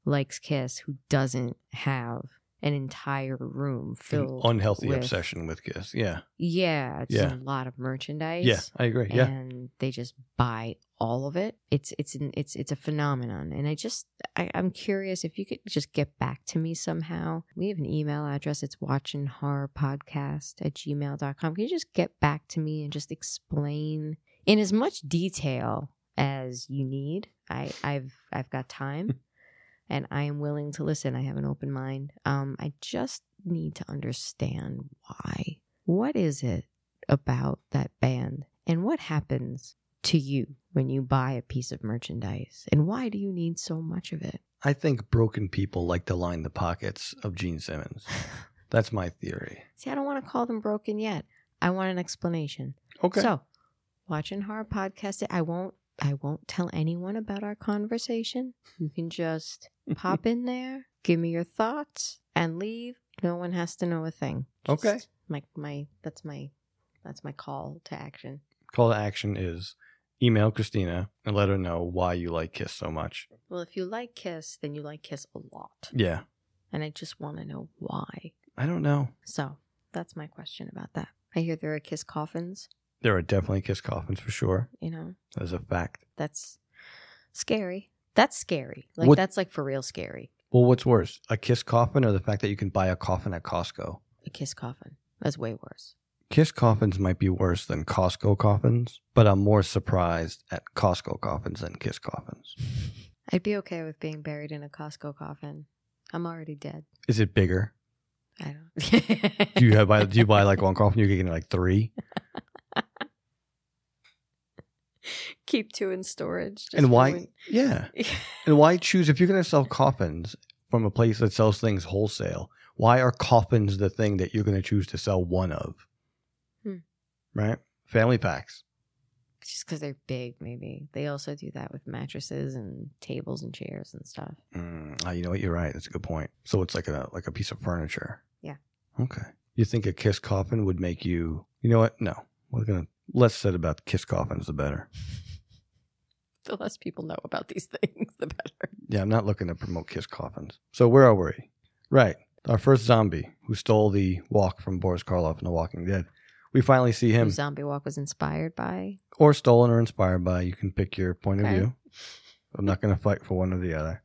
S6: likes Kiss who doesn't have an entire room
S5: an
S6: filled
S5: unhealthy
S6: with-
S5: obsession with Kiss. Yeah.
S6: Yeah, it's
S5: Yeah.
S6: a lot of merchandise
S5: Yeah, I agree. Yeah.
S6: and they just buy all of it. It's it's an, it's it's a phenomenon, and I just I, I'm curious if you could just get back to me somehow. We have an email address. It's watching horror podcast at gmail.com. Can you just get back to me and just explain in as much detail as you need? I I've I've got time. And I am willing to listen. I have an open mind. Um, I just need to understand why. What is it about that band and what happens to you when you buy a piece of merchandise and why do you need so much of it
S5: I think broken people like to line the pockets of Gene
S6: (laughs)
S5: Simmons. That's my theory.
S6: see i don't want to call them broken yet i want an explanation
S5: Okay.
S6: so watching horror podcast i won't i won't tell anyone about our conversation you can
S5: (laughs)
S6: just pop in there give me your thoughts and leave no one has to know a thing Just
S5: Okay.
S6: my my that's my that's my call to action
S5: Call to action is email Christina and let her know why you like Kiss so much.
S6: well if you like kiss then you like kiss a lot
S5: Yeah.
S6: and I just want to know why.
S5: I don't know.
S6: So that's my question about that. I hear there are kiss coffins,
S5: There are definitely Kiss coffins for sure.
S6: you know,
S5: That is a fact.
S6: that's Scary. That's scary. Like
S5: What-
S6: that's like for real scary.
S5: Well, what's worse, a kiss coffin or the fact that you can buy a coffin at Costco?
S6: A kiss coffin. That's way worse.
S5: Kiss coffins might be worse than Costco coffins, but I'm more surprised at Costco coffins than Kiss coffins.
S6: I'd be okay with being buried in a Costco coffin. I'm already dead.
S5: Is it bigger?
S6: I (laughs) don't.
S5: Do you have buy? Do you buy like one coffin? You're getting like three.
S6: keep two in storage? just
S5: And
S6: for
S5: why?
S6: (laughs) when-
S5: (laughs) Yeah. And why choose if you're going to sell coffins from a place that sells things wholesale? Why are coffins the thing that you're going to choose to sell one of?
S6: Hmm.
S5: Right? Family packs.
S6: just because they're big, maybe they also do that with mattresses and tables and chairs and stuff.
S5: Mm, ah, you know what? You're right. That's a good point. So it's like a like a piece of furniture.
S6: Yeah.
S5: Okay. You think a kiss coffin would make you? You know what? No. We're gonna less said about kiss coffins, the better.
S6: The less people know about these (laughs) things, the better.
S5: Yeah, I'm not looking to promote kiss coffins. So where are we? Right. Our first zombie who stole the walk from Boris Karloff in The Walking Dead. We finally see him,
S6: Whose Zombie Walk was inspired by
S5: or stolen or inspired by. You can pick your point of
S6: Okay.
S5: view. I'm not going to fight for one or the
S6: (laughs)
S5: other.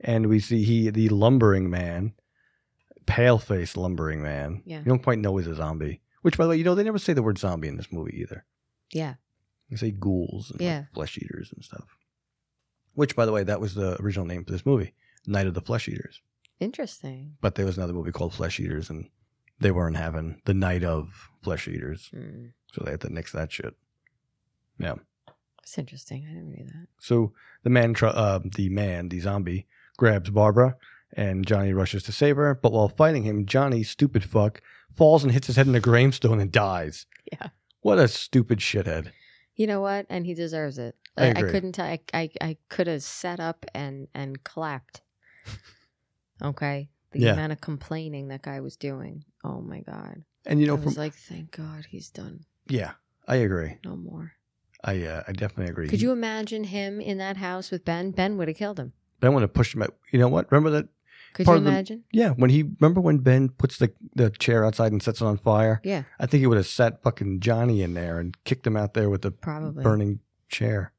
S5: and we see he, the lumbering man, pale faced lumbering man.
S6: Yeah.
S5: You don't quite know he's a zombie. Which, by the way, you know they never say the word zombie in this movie either.
S6: yeah,
S5: They say ghouls and like,
S6: Yeah.
S5: flesh eaters and stuff. Which, by the way, that was the original name for this movie, Night of the Flesh Eaters.
S6: interesting.
S5: But there was another movie called Flesh Eaters, and they weren't having the Night of Flesh Eaters,
S6: Mm,
S5: so they had to nix that shit. Yeah.
S6: that's interesting. I never knew that.
S5: So the man, tr- uh, the man, the zombie, grabs Barbara, and Johnny rushes to save her. But while fighting him, Johnny, stupid fuck, falls and hits his head in a gravestone and dies.
S6: Yeah.
S5: What a stupid shithead.
S6: You know what? And he deserves it.
S5: I
S6: I, I
S5: agree.
S6: couldn't. t- I I, I could have sat up and and
S5: (laughs)
S6: clapped. Okay, the
S5: Yeah.
S6: amount of complaining that guy was doing. Oh my god!
S5: And you know,
S6: I was
S5: from
S6: like, thank God he's done.
S5: yeah, I agree.
S6: No more.
S5: I uh, I definitely agree.
S6: Could
S5: He-
S6: you imagine him in that house with Ben? Ben would have killed him.
S5: Ben would have pushed him. Out. You know what? Remember that?
S6: Could
S5: Part of
S6: you
S5: the-
S6: imagine?
S5: Yeah, when he remember when Ben puts the the chair outside and sets it on fire.
S6: Yeah,
S5: I think he would have sat fucking Johnny in there and kicked him out there with the
S6: probably.
S5: burning chair.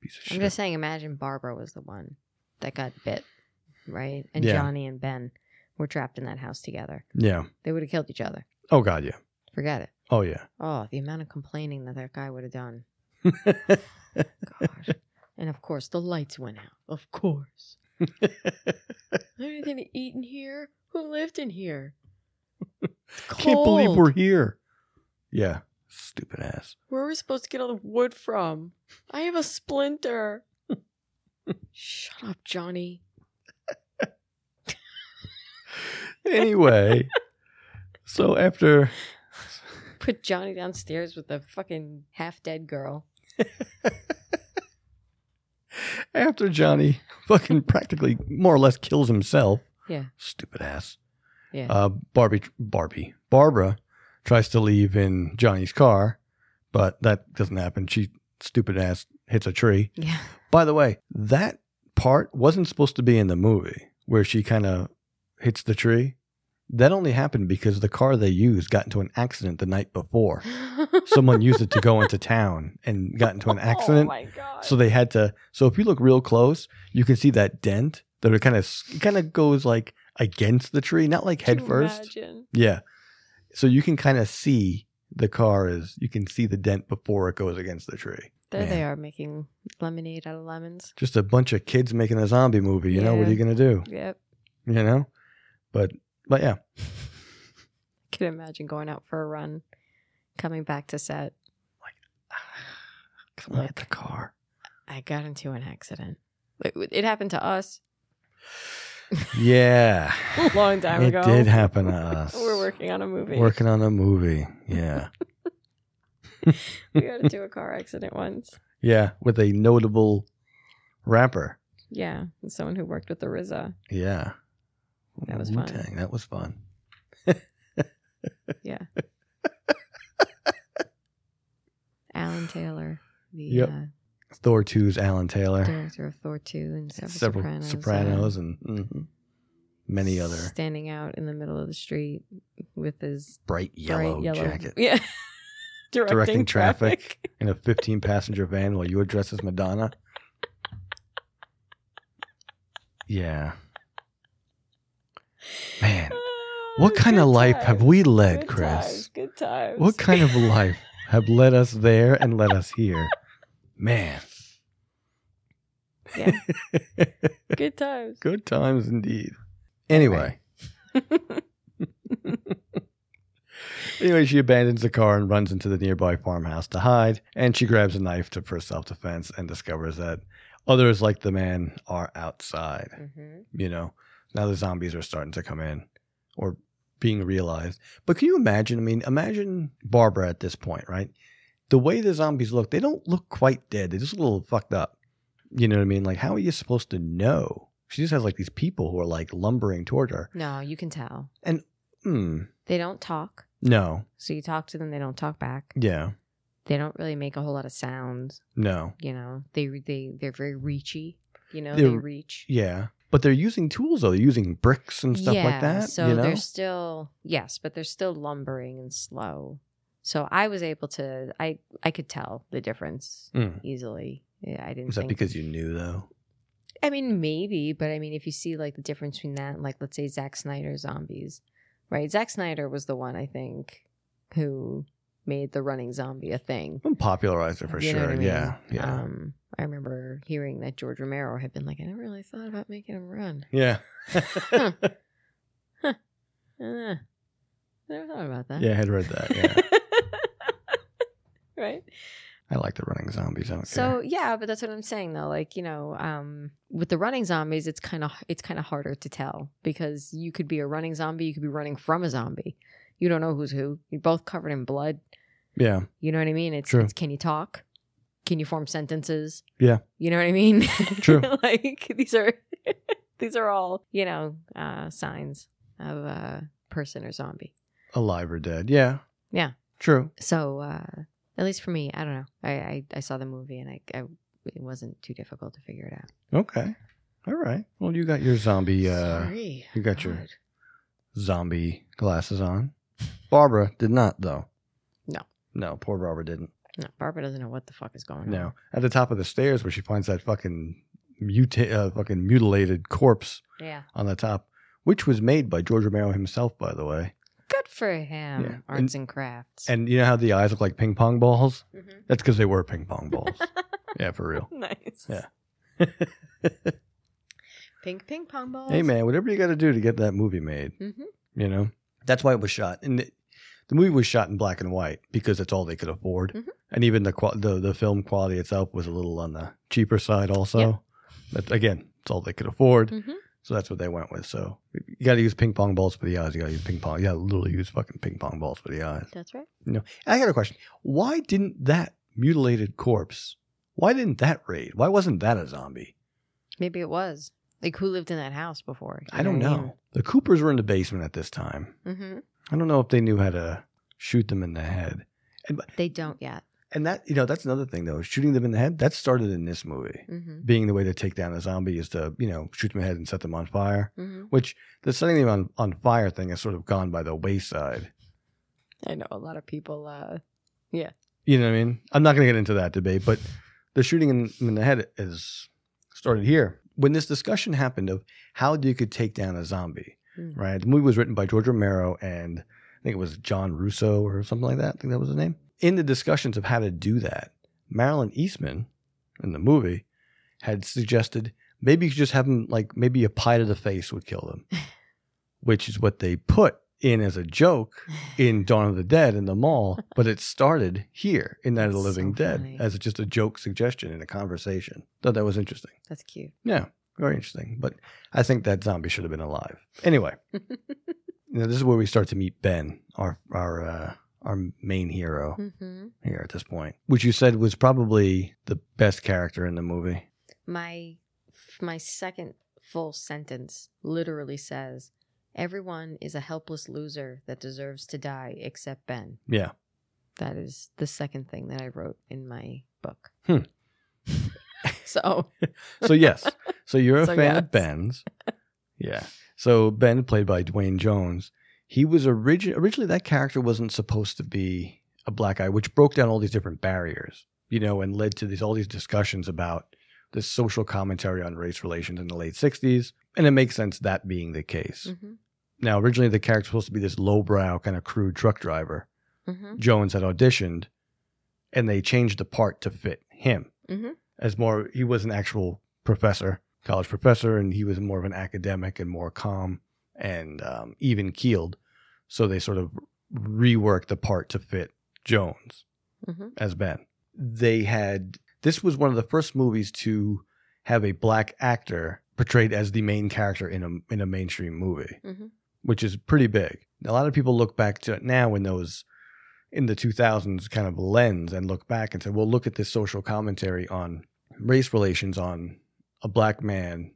S5: Piece of
S6: I'm
S5: shit.
S6: just saying, imagine Barbara was the one that got bit, right? And
S5: Yeah.
S6: Johnny and Ben were trapped in that house together.
S5: yeah.
S6: They would have killed each other.
S5: Oh god, yeah.
S6: Forget it.
S5: Oh yeah.
S6: Oh, the amount of complaining that that guy would have done.
S5: (laughs)
S6: Gosh. and of course, the lights went out. Of course. I'm going to eat in here. Who lived in here? It's
S5: (laughs) Can't believe
S6: cold.
S5: we're here. Yeah. Stupid ass.
S6: Where are we supposed to get all the wood from? I have a splinter. Shut up, Johnny. (laughs)
S5: Anyway, so after
S6: Put Johnny downstairs with the fucking half dead girl.
S5: after Johnny fucking practically more or less kills himself.
S6: Yeah.
S5: Stupid ass.
S6: Yeah.
S5: Uh, Barbie, Barbie, Barbara tries to leave in Johnny's car, but that doesn't happen. She stupid ass hits a tree.
S6: yeah.
S5: By the way, that part wasn't supposed to be in the movie where she kind of hits the tree. That only happened because the car they used got into an accident the night before. Someone used it to go
S6: (laughs)
S5: into town and got into an (laughs) accident.
S6: Oh my god.
S5: So they had to. So if you look real close, you can see that dent that it kind of kind of goes like against the tree, not like head first.
S6: Imagine?
S5: Yeah. So you can kind of see the car is you can see the dent before it goes against the tree.
S6: There
S5: Man.
S6: they are making lemonade out of lemons.
S5: Just a bunch of kids making a zombie movie. You know what are you
S6: Yeah.
S5: gonna do?
S6: Yep.
S5: You know, but but
S6: (laughs)
S5: yeah,
S6: Can imagine going out for a run, coming back to set.
S5: (sighs) come on, the car.
S6: I got into an accident. It, it happened to us
S5: Yeah,
S6: a
S5: (laughs)
S6: (laughs) long time
S5: it
S6: ago.
S5: did
S6: (laughs)
S5: happen to us.
S6: We're working on a movie.
S5: working on a movie. Yeah,
S6: we got into a
S5: (laughs)
S6: car accident once.
S5: yeah, with a notable rapper.
S6: Yeah, and someone who worked with the RZA.
S5: Yeah.
S6: That was fun.
S5: Wu-Tang, That was fun.
S6: Yeah. Alan Taylor, the
S5: Yep. (sighs)
S6: uh,
S5: Thor 2's Alan Taylor.
S6: director of Thor 2 and several,
S5: Several
S6: Sopranos.
S5: Sopranos,
S6: uh,
S5: and mhm, many other
S6: Standing out in the middle of the street with his
S5: bright yellow,
S6: bright yellow
S5: jacket.
S6: (laughs) Yeah.
S7: directing,
S5: Directing traffic.
S7: traffic.
S5: in a 15 passenger van while you're dressed as Madonna. Yeah. Man, what kind of life have we led,
S7: Oh, Good times,
S5: Chris?
S7: Good times.
S5: What kind of life have led us there and led us here? Man.
S7: Yeah.
S5: (laughs)
S7: Good times.
S5: Good times indeed. Anyway. anyway, she abandons the car and runs into the nearby farmhouse to hide, and she grabs a knife to for self defense and discovers that others like the man are outside.
S6: hmm
S5: You know, now the zombies are starting to come in or being realized. But can you imagine? I mean, imagine Barbara at this point, right? The way the zombies look, they don't look quite dead. They're just a little fucked up. You know what I mean? Like, how are you supposed to know? She just has like these people who are like lumbering toward her.
S6: No, you can tell.
S5: Hmm.
S6: They don't talk.
S5: No.
S6: So you talk to them, they don't talk back.
S5: Yeah.
S6: They don't really make a whole lot of sounds.
S5: No.
S6: You know, they they they're very reachy. You know, they
S5: They're-
S6: reach.
S5: Yeah. But they're using tools though. They're using bricks and stuff like that.
S6: So
S5: you know?
S6: they're still yes, but they're still lumbering and slow. So I was able to I I could tell the difference
S5: Mm.
S6: easily. Yeah, I didn't.
S5: Was that
S6: think-
S5: because you knew though?
S6: I mean maybe, but I mean if you see like the difference between that and like let's say Zack Snyder zombies, right? Zack Snyder was the one I think who made the running zombie a thing.
S5: I'm popularizer for
S6: You know
S5: sure.
S6: what I mean?
S5: Yeah. Yeah.
S6: Um, I remember hearing that George Romero had been like, I never really thought about making him run.
S5: yeah.
S6: (laughs) Huh. Uh, never thought about that.
S5: yeah, I had read that.
S6: (laughs)
S5: Yeah.
S7: right?
S5: I like the running zombies. I don't
S6: So
S5: care.
S6: yeah, but that's what I'm saying though. Like you know, um, with the running zombies, it's kind of it's kind of harder to tell because you could be a running zombie, you could be running from a zombie. You don't know who's who. You're both covered in blood.
S5: Yeah.
S6: You know what I mean? It's,
S5: True.
S6: it's can you talk? Can you form sentences?
S5: Yeah.
S6: You know what I mean? (laughs)
S5: True.
S6: like these are (laughs) these are all you know uh, signs of a person or zombie.
S5: Alive or dead. Yeah.
S6: Yeah.
S5: True.
S6: So uh, at least for me, I don't know. I I, I saw the movie and I, I it wasn't too difficult to figure it out.
S5: Okay. All right. Well, you got your zombie uh
S6: Sorry.
S5: you got your-
S6: God.
S5: zombie glasses on. Barbara did not though.
S6: No.
S5: No, poor Barbara didn't.
S6: No, Barbara doesn't know what the fuck is going on.
S5: No. At the top of the stairs where she finds that fucking muta- uh, fucking mutilated corpse
S6: Yeah.
S5: on the top, which was made by George Romero himself, by the way.
S6: Good for him.
S5: Yeah.
S6: Arts and, crafts.
S5: And you know how the eyes look like ping pong balls?
S6: Mhm.
S5: That's because they were ping pong
S6: (laughs)
S5: balls. yeah, for real.
S7: Nice.
S5: Yeah.
S6: pink ping pong balls.
S5: Hey man, whatever you got to do to get that movie made,
S6: Mhm.
S5: you know, that's why it was shot. And it, the movie was shot in black and white because that's all they could afford.
S6: Mhm.
S5: And even the, qua- the the film quality itself was a little on the cheaper side. Also,
S6: Yeah.
S5: that's again, it's all they could afford.
S6: Mhm.
S5: So that's what they went with. So you got to use ping pong balls for the eyes. You got to use ping pong. You got to literally use fucking ping pong balls for the eyes.
S6: That's right.
S5: I got a question. Why didn't that mutilated corpse? Why didn't that raid? Why wasn't that a zombie?
S6: Maybe it was. Like who lived in that house before? You
S5: I don't know. The Coopers were in the basement at this time.
S6: what I mean? Mhm.
S5: I don't know if they knew how to shoot them in the head.
S6: They don't yet.
S5: And that, you know, that's another thing though. Shooting them in the head, that started in this movie.
S6: Mm-hmm.
S5: Being the way to take down a zombie is to, you know, shoot them in the head and set them on fire,
S6: Mm-hmm.
S5: which the setting them on, on fire thing has sort of gone by the wayside.
S6: I know a lot of people. Uh,
S5: You know what I mean? I'm not going to get into that debate, but the shooting in, in the head is started here. When this discussion happened of how you could take down a zombie,
S6: Mm.
S5: right? The movie was written by George Romero and I think it was John Russo or something like that. I think that was his name. In the discussions of how to do that, Marilyn Eastman in the movie had suggested maybe you could just have them like maybe a pie to the face would kill them,
S6: (laughs)
S5: which is what they put in as a joke
S6: (laughs)
S5: in Dawn of the Dead in the mall, but it started here in Night of the
S6: That's
S5: Living
S6: so
S5: Dead
S6: funny.
S5: as just a joke suggestion in a conversation. Thought that was interesting.
S6: that's cute.
S5: Yeah, very interesting. But I think that zombie should have been alive. Anyway, now this is where we start to meet Ben, our our uh, our main hero
S6: Mm-hmm.
S5: here at this point, which you said was probably the best character in the movie.
S6: my my second full sentence literally says everyone is a helpless loser that deserves to die except ben
S5: Yeah,
S6: that is the second thing that i wrote in my book
S5: Hmm.
S6: (laughs)
S5: (laughs)
S6: so
S5: So yes, so you're a
S6: (laughs) So
S5: fan
S6: yes.
S5: of Ben's. Yeah. So Ben, played by Dwayne Jones, he was origin originally that character wasn't supposed to be a black eye, which broke down all these different barriers, you know, and led to these all these discussions about this social commentary on race relations in the late '60s. And it makes sense that being the case.
S6: Mhm.
S5: Now, originally the character was supposed to be this lowbrow kind of crude truck driver.
S6: Mhm.
S5: Jones had auditioned, and they changed the part to fit him.
S6: Mhm.
S5: As more, he was an actual professor, college professor, and he was more of an academic and more calm and um, even keeled. So they sort of reworked the part to fit Jones
S6: Mhm.
S5: as Ben. They had this was one of the first movies to have a black actor portrayed as the main character in a in a mainstream movie
S6: Mhm.
S5: which is pretty big. A lot of people look back to it now in those in the 2000s kind of lens and look back and say, well, look at this social commentary on race relations on a black man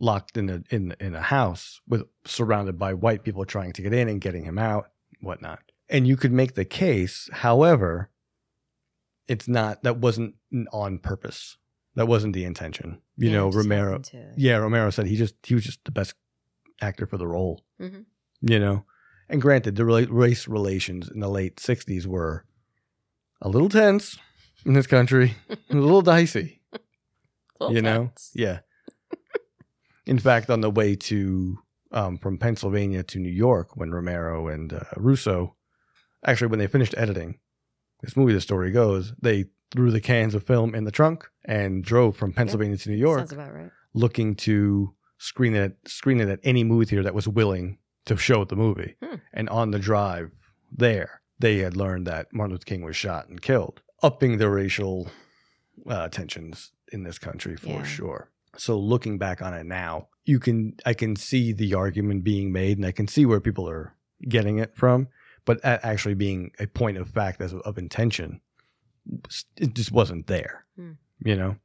S5: locked in a in in a house with surrounded by white people trying to get in and getting him out, whatnot. And you could make the case, however, it's not that wasn't on purpose. That wasn't the intention. You
S6: Yeah,
S5: know,
S6: it just
S5: Romero
S6: happened to-
S5: yeah, Romero said he just he was just the best actor for the role.
S7: Mm-hmm.
S6: Mhm.
S5: You know, and granted, the rela- race relations in the late '60s were a little tense in this
S7: (laughs)
S5: country, a little dicey.
S7: Little
S5: you know,
S7: tense. (laughs)
S5: yeah. in fact, on the way to um, from Pennsylvania to New York, when Romero and uh, Russo, actually, when they finished editing this movie, the story goes they threw the cans of film in the trunk and drove from Pennsylvania to New York
S6: Sounds about right.
S5: looking to screen it screen it at any movie theater that was willing to show the movie.
S6: Hmm.
S5: And on the drive there, they had learned that Martin Luther King was shot and killed, upping the racial uh, tensions in this country for
S6: Yeah.
S5: sure. So looking back on it now, you can I can see the argument being made, and I can see where people are getting it from. But a- actually being a point of fact as of intention, it just wasn't there.
S6: Hmm.
S5: You know.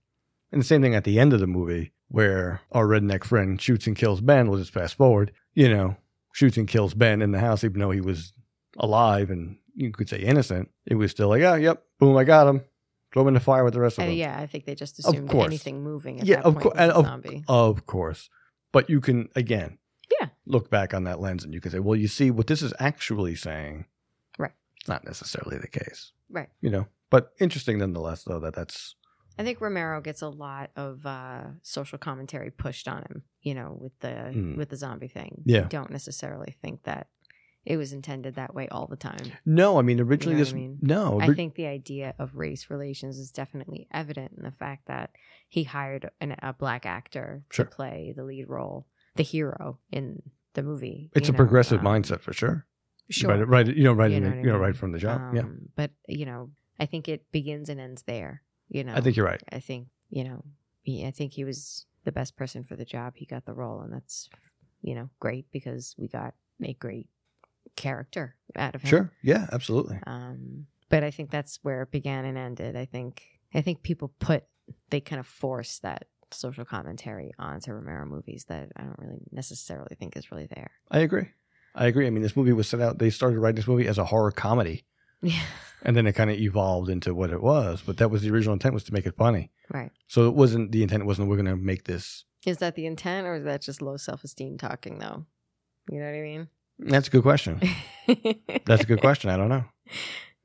S5: And the same thing at the end of the movie where our redneck friend shoots and kills Ben. We'll just fast forward, you know, shoots and kills Ben in the house, even though he was alive and you could say innocent. It was still like, oh, yep, boom, I got him. Throw him in the fire with the rest of
S6: Uh,
S5: them.
S6: yeah, I think they just assumed
S5: course.
S6: anything moving at
S5: Yeah,
S6: that
S5: of
S6: point
S5: cour-
S6: was
S5: and
S6: a
S5: of- uh,
S6: zombie.
S5: Of course. But you can, again,
S6: Yeah.
S5: look back on that lens and you can say, well, you see what this is actually saying.
S6: Right.
S5: It's not necessarily the case,
S6: Right.
S5: you know, but interesting nonetheless, though, that that's,
S6: I think Romero gets a lot of uh, social commentary pushed on him, you know, with the
S5: Mm.
S6: with the zombie thing.
S5: Yeah.
S6: I don't necessarily think that it was intended that way all the time.
S5: no, I mean, originally
S6: what I
S5: this,
S6: mean?
S5: no,
S6: I
S5: ori-
S6: think the idea of race relations is definitely evident in the fact that he hired an, a black actor
S5: Sure.
S6: to play the lead role, the hero in the movie.
S5: it's a
S6: you know,
S5: progressive
S6: um,
S5: mindset for sure.
S6: Sure.
S5: Right, right, you know, right,
S6: You
S5: in
S6: know
S5: the,
S6: what I
S5: you know,
S6: mean?
S5: right from the job. yeah,
S6: Um, But you know, I think it begins and ends there. You know,
S5: I think you're right.
S6: I think you know, he, I think he was the best person for the job. He got the role, and that's you know great because we got a great character out of him.
S5: Sure, yeah, absolutely.
S6: Um, but I think that's where it began and ended. I think I think people put they kind of force that social commentary onto Romero movies that I don't really necessarily think is really there. (laughs)
S5: I agree. I agree. I mean, this movie was set out. They started writing this movie as a horror comedy,
S6: Yeah.
S5: and then it kind of evolved into what it was. But that was the original intent was to make it funny.
S6: Right.
S5: So it wasn't the intent wasn't we're going to make this.
S6: Is that the intent or is that just low self esteem talking though? You know what I (laughs) mean?
S5: That's a good question. That's a good question. I don't
S6: (laughs)
S5: know,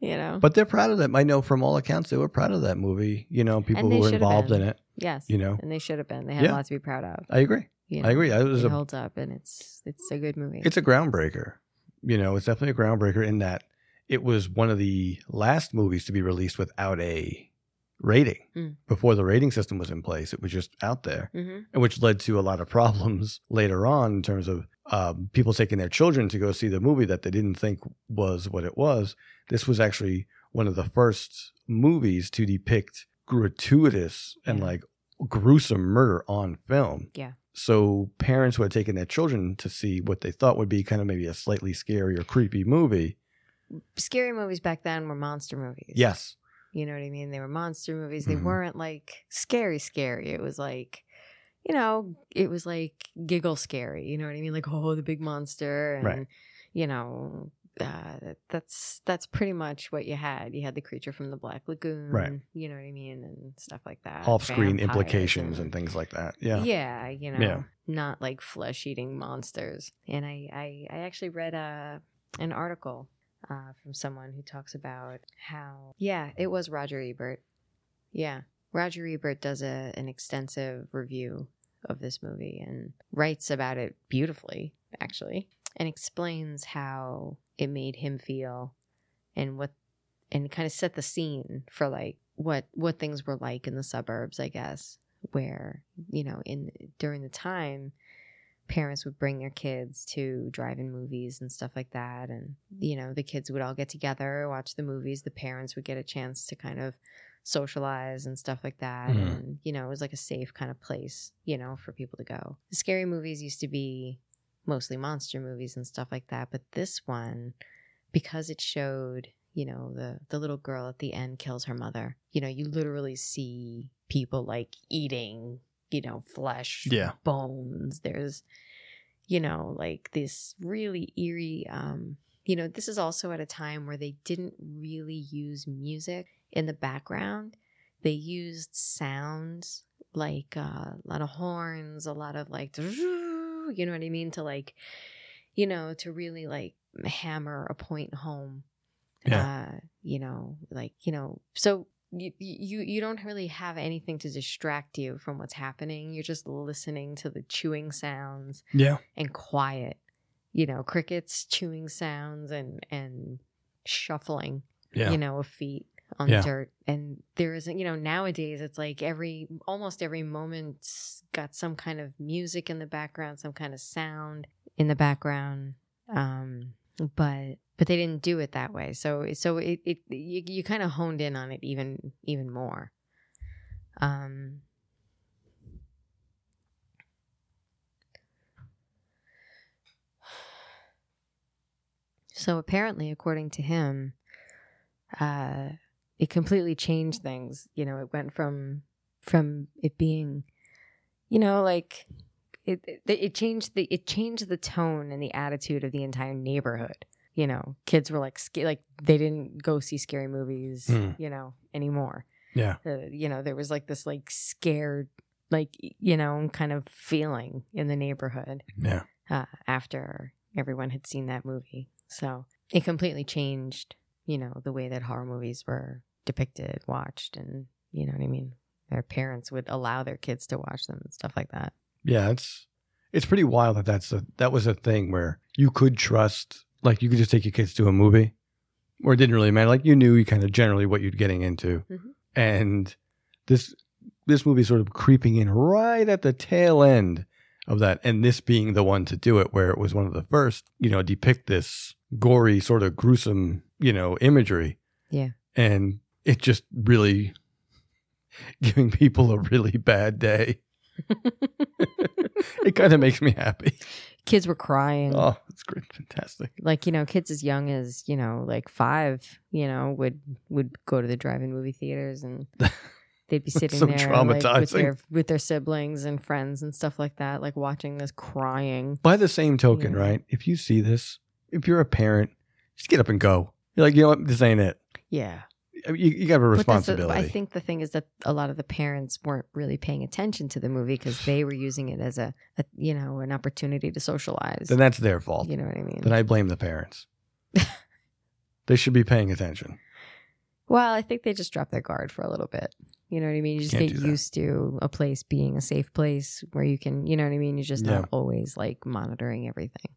S6: You know.
S5: but they're proud of that. I know from all accounts they were proud of that movie. You know, people
S6: And
S5: who
S6: they
S5: were
S6: should have
S5: involved in
S6: been.
S5: it.
S6: yes.
S5: You know,
S6: And they should have been. They had
S5: Oh. Yeah.
S6: a lot to be proud of.
S5: I agree.
S6: you
S5: I
S6: know.
S5: agree. I was
S6: It
S5: a
S6: holds up and it's it's a good movie.
S5: it's a groundbreaker. You know, it's definitely a groundbreaker in that it was one of the last movies to be released without a rating.
S6: Mm.
S5: Before the rating system was in place, it was just out there,
S6: hmm
S5: and which led to a lot of problems (laughs) later on in terms of um, people taking their children to go see the movie that they didn't think was what it was. This was actually one of the first movies to depict gratuitous and
S6: Yeah.
S5: like gruesome murder on film.
S6: Yeah.
S5: So parents who had taken their children to see what they thought would be kind of maybe a slightly scary or creepy movie.
S6: Scary movies back then were monster movies.
S5: Yes.
S6: You know what I mean? They were monster movies. They
S5: Mhm.
S6: weren't like scary, scary. It was like, you know, it was like giggle scary. You know what I mean? Like, oh, the big monster, and
S5: Right.
S6: you know, uh, that's that's pretty much what you had. You had the creature from the Black Lagoon,
S5: Right.
S6: You know what I mean, and stuff like that.
S5: Off screen
S6: Vampires
S5: implications and things like that. Yeah.
S6: yeah, you know,
S5: Yeah.
S6: not like flesh eating monsters. And I, I, I actually read a, uh, an article uh, from someone who talks about how yeah it was roger ebert yeah roger ebert does a, an extensive review of this movie and writes about it beautifully actually and explains how it made him feel and what and kind of set the scene for like what what things were like in the suburbs i guess where you know in during the time parents would bring their kids to drive-in movies and stuff like that and you know the kids would all get together watch the movies the parents would get a chance to kind of socialize and stuff like that
S5: Mhm.
S6: and you know it was like a safe kind of place you know for people to go the scary movies used to be mostly monster movies and stuff like that but this one because it showed you know the the little girl at the end kills her mother you know you literally see people like eating you know flesh
S5: Yeah.
S6: bones there's you know like this really eerie um you know this is also at a time where they didn't really use music in the background they used sounds like uh, a lot of horns a lot of like (laughs) you know what i mean to like you know to really like hammer a point home uh, you know like you know so you, you you don't really have anything to distract you from what's happening you're just listening to the chewing sounds
S5: Yeah.
S6: and quiet you know crickets chewing sounds and and shuffling
S5: Yeah.
S6: you know of feet on
S5: Yeah.
S6: dirt and there isn't you know nowadays it's like every almost every moment's got some kind of music in the background some kind of sound in the background um but but they didn't do it that way so it- so it, it you, you kind of honed in on it even even more um so apparently according to him uh it completely changed things you know it went from from it being you know like it, it it changed the it changed the tone and the attitude of the entire neighborhood. You know, kids were like sca- like they didn't go see scary movies,
S5: Hmm.
S6: you know, anymore.
S5: Yeah.
S6: Uh, you know, there was like this like scared like you know kind of feeling in the neighborhood
S5: Yeah.
S6: uh, after everyone had seen that movie. So it completely changed, you know, the way that horror movies were depicted, watched, and you know what I mean. Their parents would allow their kids to watch them and stuff like that. (laughs)
S5: Yeah, it's it's pretty wild that that's a, that was a thing where you could trust, like you could just take your kids to a movie, where it didn't really matter. Like you knew you kind of generally what you're getting into,
S6: Mhm.
S5: and this this movie sort of creeping in right at the tail end of that, and this being the one to do it, where it was one of the first, you know, depict this gory sort of gruesome, you know, imagery.
S6: Yeah.
S5: and it just really (laughs) giving people a really bad day it kind of makes me happy.
S6: kids were crying
S5: Oh, it's great, fantastic.
S6: like you know kids as young as you know like five you know would would go to the drive-in movie
S5: (laughs)
S6: theaters and they'd be sitting
S5: so
S6: there like, with
S5: traumatizing.
S6: their with their siblings and friends and stuff like that like watching this crying
S5: By the same token,
S6: Yeah.
S5: right? If you see this, if you're a parent, just get up and go. You're like, you know what? This ain't it.
S6: yeah
S5: I mean, You, you got a
S6: But that's the-
S5: responsibility.
S6: i think the thing is that a lot of the parents weren't really paying attention to the movie because they were using it as a, a you know an opportunity to socialize
S5: then that's their fault.
S6: you know what i mean
S5: Then I blame the
S6: (laughs)
S5: parents. they should be paying attention.
S6: Well, I think they just drop their guard for a little bit. You know what I mean? You just
S5: Can't
S6: get
S5: do that.
S6: used to a place being a safe place where you can, you know what I mean? You're just
S5: Yeah.
S6: not always like monitoring everything.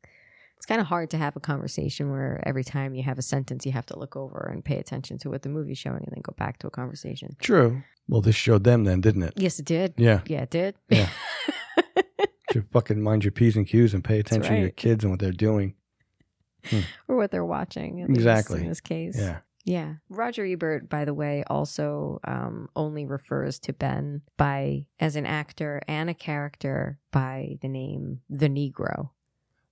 S6: It's kind of hard to have a conversation where every time you have a sentence, you have to look over and pay attention to what the movie's showing and then go back to a conversation.
S5: True. Well, this showed them then, didn't it?
S6: Yes, it did.
S5: Yeah.
S6: Yeah, it did.
S5: Yeah. Should fucking mind your P's and Q's and pay attention to your
S6: right.
S5: kids and what they're doing.
S6: or what they're watching. at least
S5: Exactly.
S6: In this case.
S5: Yeah.
S6: Yeah. Roger Ebert, by the way, also um, only refers to Ben by as an actor and a character by the name the Negro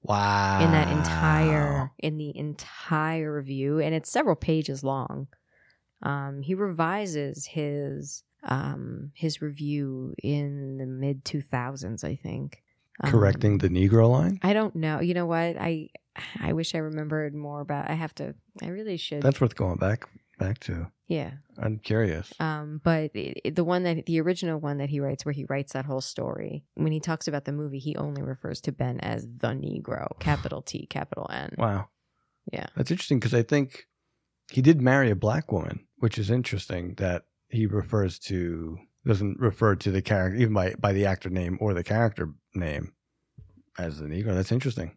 S5: Wow.
S6: in that entire in the entire review, and it's several pages long. Um, he revises his um, his review in the mid two thousands, I think. Um,
S5: correcting the Negro line.
S6: I don't know. You know what? I I wish I remembered more about. I have to. I really should.
S5: That's worth going back back to.
S6: yeah.
S5: I'm curious.
S6: Um, but it, it- the one that the original one that he writes, where he writes that whole story, when he talks about the movie, he only refers to Ben as the Negro, capital T, capital N.
S5: Wow.
S6: Yeah.
S5: That's interesting because I think he did marry a black woman, which is interesting that he refers to doesn't refer to the character even by by the actor name or the character name as the Negro. That's interesting.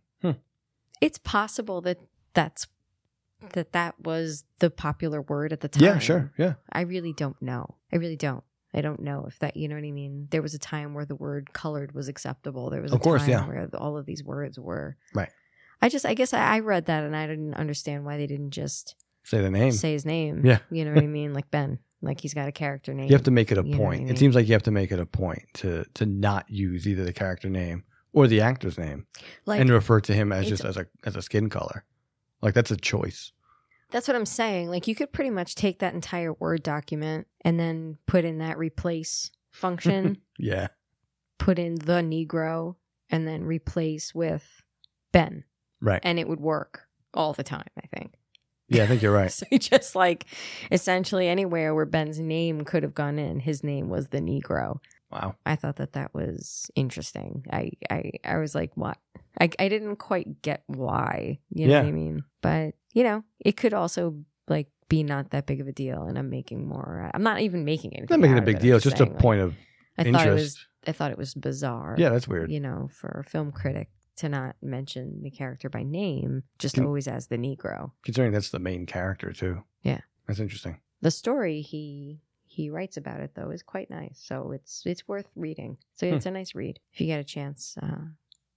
S6: It's possible that that's that that was the popular word at the time.
S5: Yeah, sure. Yeah.
S6: I really don't know. I really don't. I don't know if that, you know what I mean? There was a time where the word colored was acceptable. There was a
S5: Of course,
S6: time
S5: yeah.
S6: where all of these words were.
S5: Right.
S6: I just, I guess I, I read that and I didn't understand why they didn't just
S5: Say the name.
S6: say his name.
S5: Yeah. (laughs)
S6: You know what I mean? Like Ben. Like he's got a character name.
S5: you have to make it a
S6: You know what I
S5: point.
S6: mean?
S5: It seems like you have to make it a point to to not use either the character name or the actor's name
S6: like,
S5: and refer to him as
S6: it's-
S5: just as a as a skin color. Like that's a choice.
S6: That's what I'm saying. Like you could pretty much take that entire Word document and then put in that replace
S5: (laughs)
S6: function,
S5: Yeah.
S6: put in the Negro, and then replace with Ben.
S5: Right.
S6: And it would work all the time, I think.
S5: Yeah, I think you're
S6: (laughs)
S5: right.
S6: So you just like essentially anywhere where Ben's name could have gone in, his name was the Negro.
S5: Wow.
S6: I thought that that was interesting. I I, I was like, what? I I didn't quite get why. You know
S5: Yeah.
S6: what I mean? But you know, it could also like be not that big of a deal, and I'm making more. I'm not even making anything.
S5: Not making
S6: out
S5: a
S6: of it,
S5: big
S6: I'm
S5: deal. It's
S6: just
S5: just a
S6: saying, like,
S5: point of
S6: I
S5: interest.
S6: thought it was. I thought it was bizarre.
S5: yeah, that's weird.
S6: You know, for a film critic to not mention the character by name, just
S5: Can-
S6: always as the Negro.
S5: Considering that's the main character too.
S6: Yeah.
S5: That's interesting.
S6: the story he he writes about it though is quite nice so it's it's worth reading so
S5: Hmm.
S6: it's a nice read if you get a chance uh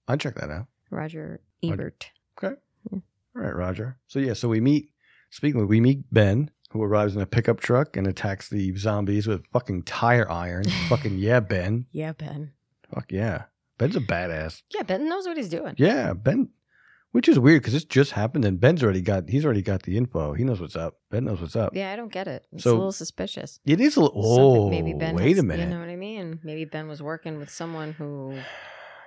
S5: I'd check that out.
S6: roger
S5: Roger.
S6: ebert
S5: All right, Roger. So yeah, so we meet speaking of we meet Ben, who arrives in a pickup truck and attacks the zombies with fucking tire
S6: (laughs)
S5: irons. fucking yeah, Ben.
S6: yeah ben
S5: Fuck yeah. Ben's a badass.
S6: yeah ben knows what he's doing
S5: Yeah, Ben. Which is weird because this just happened and Ben's already got he's already got the info. He knows what's up. Ben knows what's up.
S6: yeah i don't get it it's
S5: So-
S6: a little suspicious
S5: It is a little.
S6: Something-
S5: Oh, wait
S6: has-
S5: a minute.
S6: you know what i mean maybe ben was working with someone who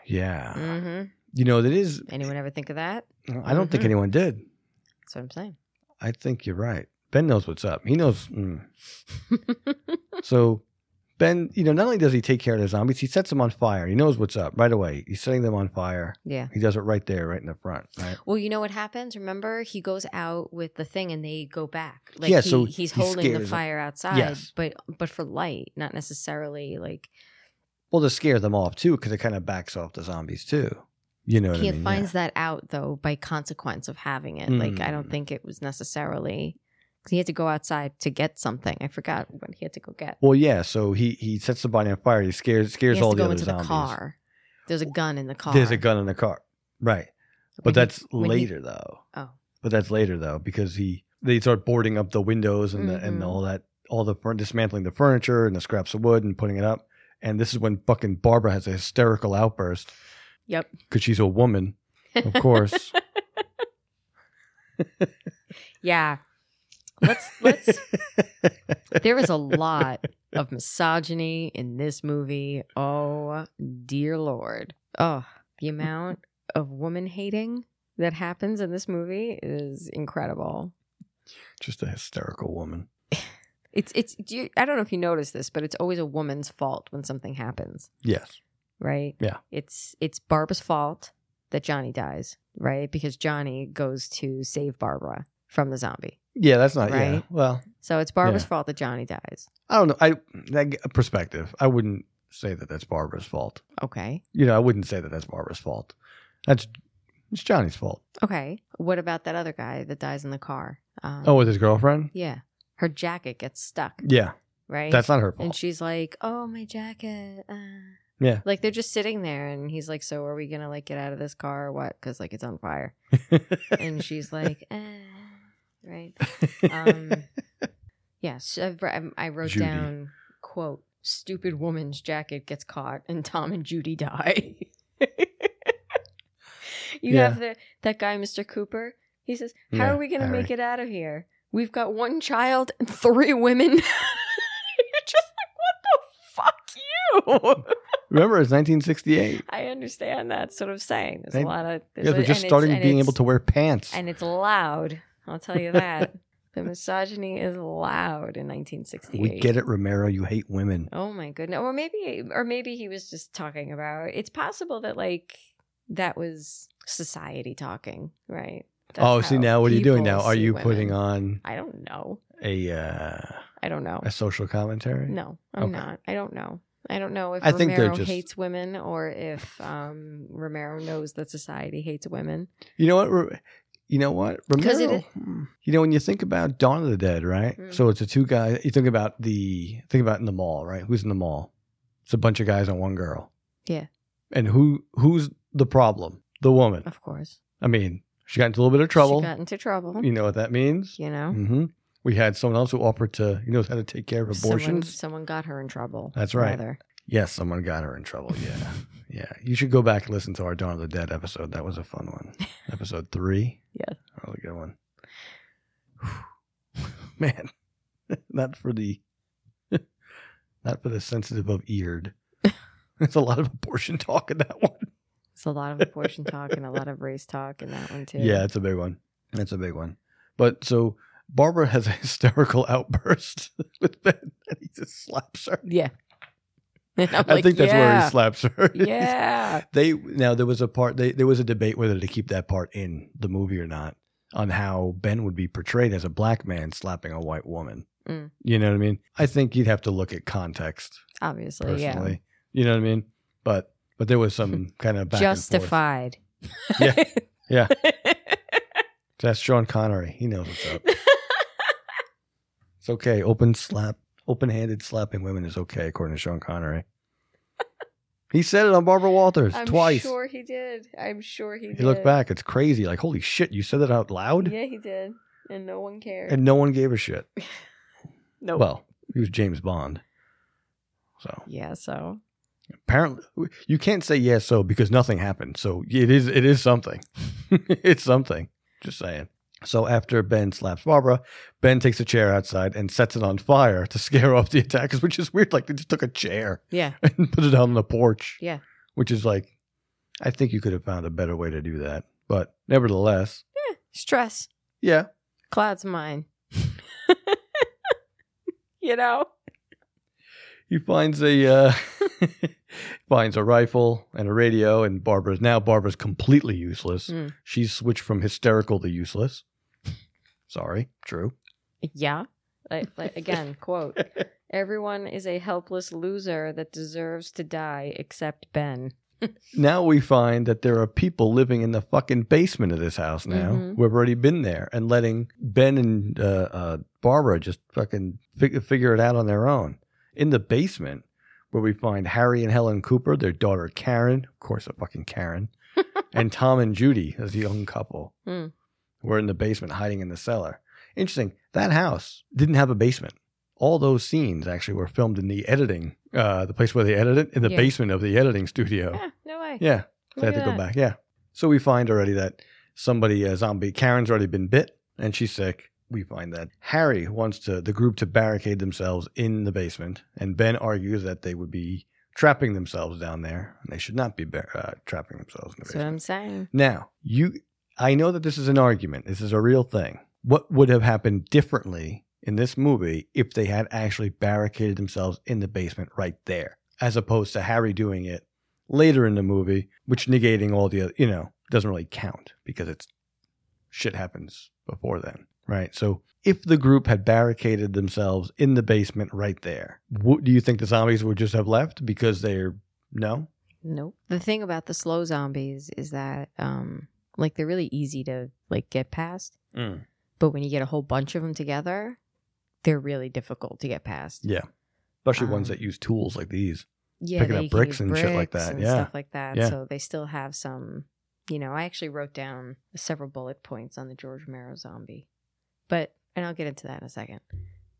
S5: yeah.
S6: hmm
S5: You know that is.
S6: anyone ever think of that
S5: I don't think
S6: Mhm.
S5: anyone did.
S6: that's what i'm saying
S5: I think you're right. Ben knows what's up. He knows.
S6: (laughs)
S5: Mm. so, Ben, you know, not only does he take care of the zombies, he sets them on fire. He knows what's up right away. He's setting them on fire.
S6: yeah
S5: He does it right there, right in the front. Right.
S6: well, you know what happens? Remember, he goes out with the thing, and they go back. Like
S5: Yeah,
S6: he,
S5: so
S6: he's
S5: he
S6: holding the
S5: scares them.
S6: fire outside,
S5: Yes.
S6: but but for light, not necessarily like
S5: Well, to scare them off too, because it kind of backs off the zombies too. You know what
S6: he
S5: I mean?
S6: finds that out though by consequence of having it. Like I don't
S5: Mm.
S6: think it was necessarily 'cause he had to go outside to get something. I forgot what he had to go get.
S5: Yeah. Well, yeah. So he he sets the body on fire. He scares
S6: He
S5: scares
S6: has
S5: all
S6: to
S5: the
S6: go
S5: other
S6: into
S5: zombies.
S6: the car. There's a gun in the car.
S5: There's a gun in the car. Right.
S6: When
S5: But
S6: he-
S5: that's
S6: when he-
S5: later though.
S6: Oh.
S5: But that's later though because he they start boarding up the windows and the, and
S6: Mhm.
S5: all that all the furn- dismantling the furniture and the scraps of wood and putting it up. And this is when fucking Barbara has a hysterical outburst
S6: Yep.
S5: because she's a woman, of
S6: (laughs)
S5: course.
S6: Yeah. Let's
S5: (laughs)
S6: let's there is a lot of misogyny in this movie. Oh, dear Lord. Oh, the amount of woman hating that happens in this movie is incredible.
S5: Just a hysterical woman.
S6: It's, it's, do you, I don't know if you noticed this, but it's always a woman's fault when something happens,
S5: Yes.
S6: right?
S5: Yeah.
S6: It's, it's Barbara's fault that Johnny dies, right? Because Johnny goes to save Barbara from the zombie.
S5: Yeah, that's not yeah.
S6: Right.
S5: Well,
S6: So it's Barbara's
S5: Yeah.
S6: fault that Johnny dies.
S5: I don't know. I that g- perspective. I wouldn't say that that's Barbara's fault.
S6: Okay.
S5: You know, I wouldn't say that that's Barbara's fault. That's it's Johnny's fault.
S6: Okay. What about that other guy that dies in the car? Um,
S5: Oh, with his girlfriend?
S6: yeah. Her jacket gets stuck,
S5: Yeah,
S6: right?
S5: that's not her fault.
S6: and she's like, "Oh, my jacket." Uh.
S5: Yeah.
S6: Like they're just sitting there, and he's like, "So are we gonna like get out of this car or what? Because like it's on fire." and
S5: (laughs)
S6: she's like, eh. "Right." Um, yes, I've, I, I wrote
S5: Judy.
S6: down quote: "Stupid woman's jacket gets caught, and Tom and Judy die." (laughs) you
S5: Yeah.
S6: have the that guy, Mr. Cooper. He says, "How
S5: Yeah,
S6: are we gonna
S5: Harry.
S6: make it out of here? We've got one child and three women." (laughs) You're just like, "What the fuck, you?"
S5: (laughs)
S6: (laughs)
S5: Remember, it's 1968.
S6: I understand that. That's what I'm saying. There's
S5: Right.
S6: a lot of there's
S5: Yeah,
S6: a-
S5: they're just
S6: and it's-
S5: starting
S6: and
S5: being
S6: it's-
S5: able to wear pants.
S6: and it's loud. I'll tell you that. (laughs) the misogyny is loud in 1968.
S5: We get it, Romero. You hate women.
S6: Oh my goodness. Or maybe or maybe he was just talking about it's possible that like that was society talking, right? That's
S5: oh, see
S6: how
S5: now what are you doing
S6: people
S5: now? Are
S6: see
S5: you
S6: women.
S5: putting on
S6: I don't know.
S5: a uh,
S6: I don't know.
S5: a social commentary?
S6: No, I'm
S5: Okay.
S6: not. I don't know. I don't know if
S5: I think they're
S6: Romero
S5: just-
S6: hates women or if um, Romero knows that society hates women.
S5: You know what? Ro- You know what?
S6: 'Cause it-
S5: Romero. hmm. you know when you think about Dawn of the Dead, right?
S6: Mm.
S5: So it's a two guy. You think about the think about in the mall, right? Who's in the mall? It's a bunch of guys and one girl.
S6: Yeah.
S5: And who who's the problem? The woman.
S6: Of course,
S5: I mean, she got into a little bit of trouble.
S6: She got into trouble.
S5: you know what that means?
S6: You know,
S5: hmm We had someone else who offered to, he knows how to take care of
S6: Someone-
S5: abortions.
S6: Someone, got her in trouble.
S5: That's right.
S6: rather.
S5: Yes, someone got her in trouble. Yeah. Yeah. You should go back and listen to our Dawn of the Dead episode. That was a fun one. episode three.
S6: Yes.
S5: That was a good one. (laughs) Man, not for the, (laughs) not for the sensitive of eared. There's a lot of abortion talk in that one.
S6: It's a lot of abortion talk and a lot of race talk in that one too.
S5: Yeah, it's a big one. It's a big one. But so Barbara has a (laughs) hysterical outburst (laughs) with Ben, and he just slaps her.
S6: yeah. And (laughs) I'm
S5: I
S6: like,
S5: think that's where he
S6: yeah,
S5: slaps her. (laughs)
S6: Yeah,
S5: they now there was a part they, there was a debate whether to keep that part in the movie or not on how Ben would be portrayed as a black man slapping a white woman.
S6: Mm.
S5: You know what I mean? I think you'd have to look at context
S6: obviously,
S5: personally. You know what I mean? But but there was
S6: (laughs)
S5: some kind of
S6: yeah,
S5: back And forth.
S6: justified. (laughs)
S5: Yeah. Yeah. That's Sean Connery. He knows what's
S6: (laughs)
S5: up. It's okay. Open slap, open handed slapping women is okay, according to Sean Connery. he said it on Barbara Walters
S6: I'm
S5: twice.
S6: sure he did. I'm sure he.
S5: He looked back. It's crazy. Like, holy shit, you said that out loud?
S6: Yeah, he did, and no one cared.
S5: And no one gave a
S6: (laughs)
S5: shit.
S6: no.
S5: Well, he was James Bond. So
S6: yeah. So
S5: apparently, you can't say yes, so because nothing happened. So it is, it is something. (laughs) it's something. Just saying. So after Ben slaps Barbara, Ben takes a chair outside and sets it on fire to scare off the attackers, which is weird. Like they just took a chair
S6: yeah,
S5: (laughs) and put it out on the porch.
S6: Yeah.
S5: Which is like, I think you could have found a better way to do that. But nevertheless,
S6: stress
S5: yeah,
S6: clouds mine. (laughs) you know.
S5: he finds a uh, (laughs) finds a rifle and a radio and barbara's now barbara's completely useless
S6: Mm.
S5: she's switched from hysterical to useless (laughs) sorry true
S6: Yeah. Like,
S5: (laughs)
S6: like, again, quote. Everyone is a helpless loser that deserves to die except Ben.
S5: now we find that there are people living in the fucking basement of this house now
S6: Mhm.
S5: who have already been there and letting ben and uh, uh, barbara just fucking fig- figure it out on their own in the basement where we find harry and helen cooper their daughter karen of course a fucking
S6: (laughs)
S5: karen and tom and judy as a young couple
S6: Hmm.
S5: who are in the basement hiding in the cellar interesting that house didn't have a basement all those scenes actually were filmed in the editing uh, the place where they edit it in the
S6: Yeah.
S5: basement of the editing studio
S6: Yeah, no way.
S5: Oh. yeah
S6: Look
S5: they had
S6: at
S5: to go
S6: that.
S5: back. Yeah. So we find already that somebody, a zombie, Karen's already been bit and she's sick. We find that Harry wants to the group to barricade themselves in the basement, and Ben argues that they would be trapping themselves down there, and they should not be bar- uh, trapping themselves in the
S6: That's what
S5: basement.
S6: I'm saying.
S5: Now, you, I know that this is an argument. This is a real thing. What would have happened differently in this movie if they had actually barricaded themselves in the basement right there, as opposed to Harry doing it later in the movie, which negating all the other, you know, doesn't really count because it's shit happens before then, right? So if the group had barricaded themselves in the basement right there, wo- do you think the zombies would just have left because they're no?
S6: Nope. The thing about the slow zombies is that, um, like, they're really easy to like get past,
S5: Mm.
S6: but when you get a whole bunch of them together, they're really difficult to get past.
S5: Yeah. Especially ones
S6: Um,
S5: that use tools like these.
S6: yeah,
S5: picking
S6: they
S5: up
S6: can
S5: bricks
S6: use
S5: and shit like
S6: bricks
S5: that,
S6: and
S5: yeah.
S6: stuff like that.
S5: Yeah.
S6: So they still have some. You know, I actually wrote down several bullet points on the George Romero zombie, but and I'll get into that in a second.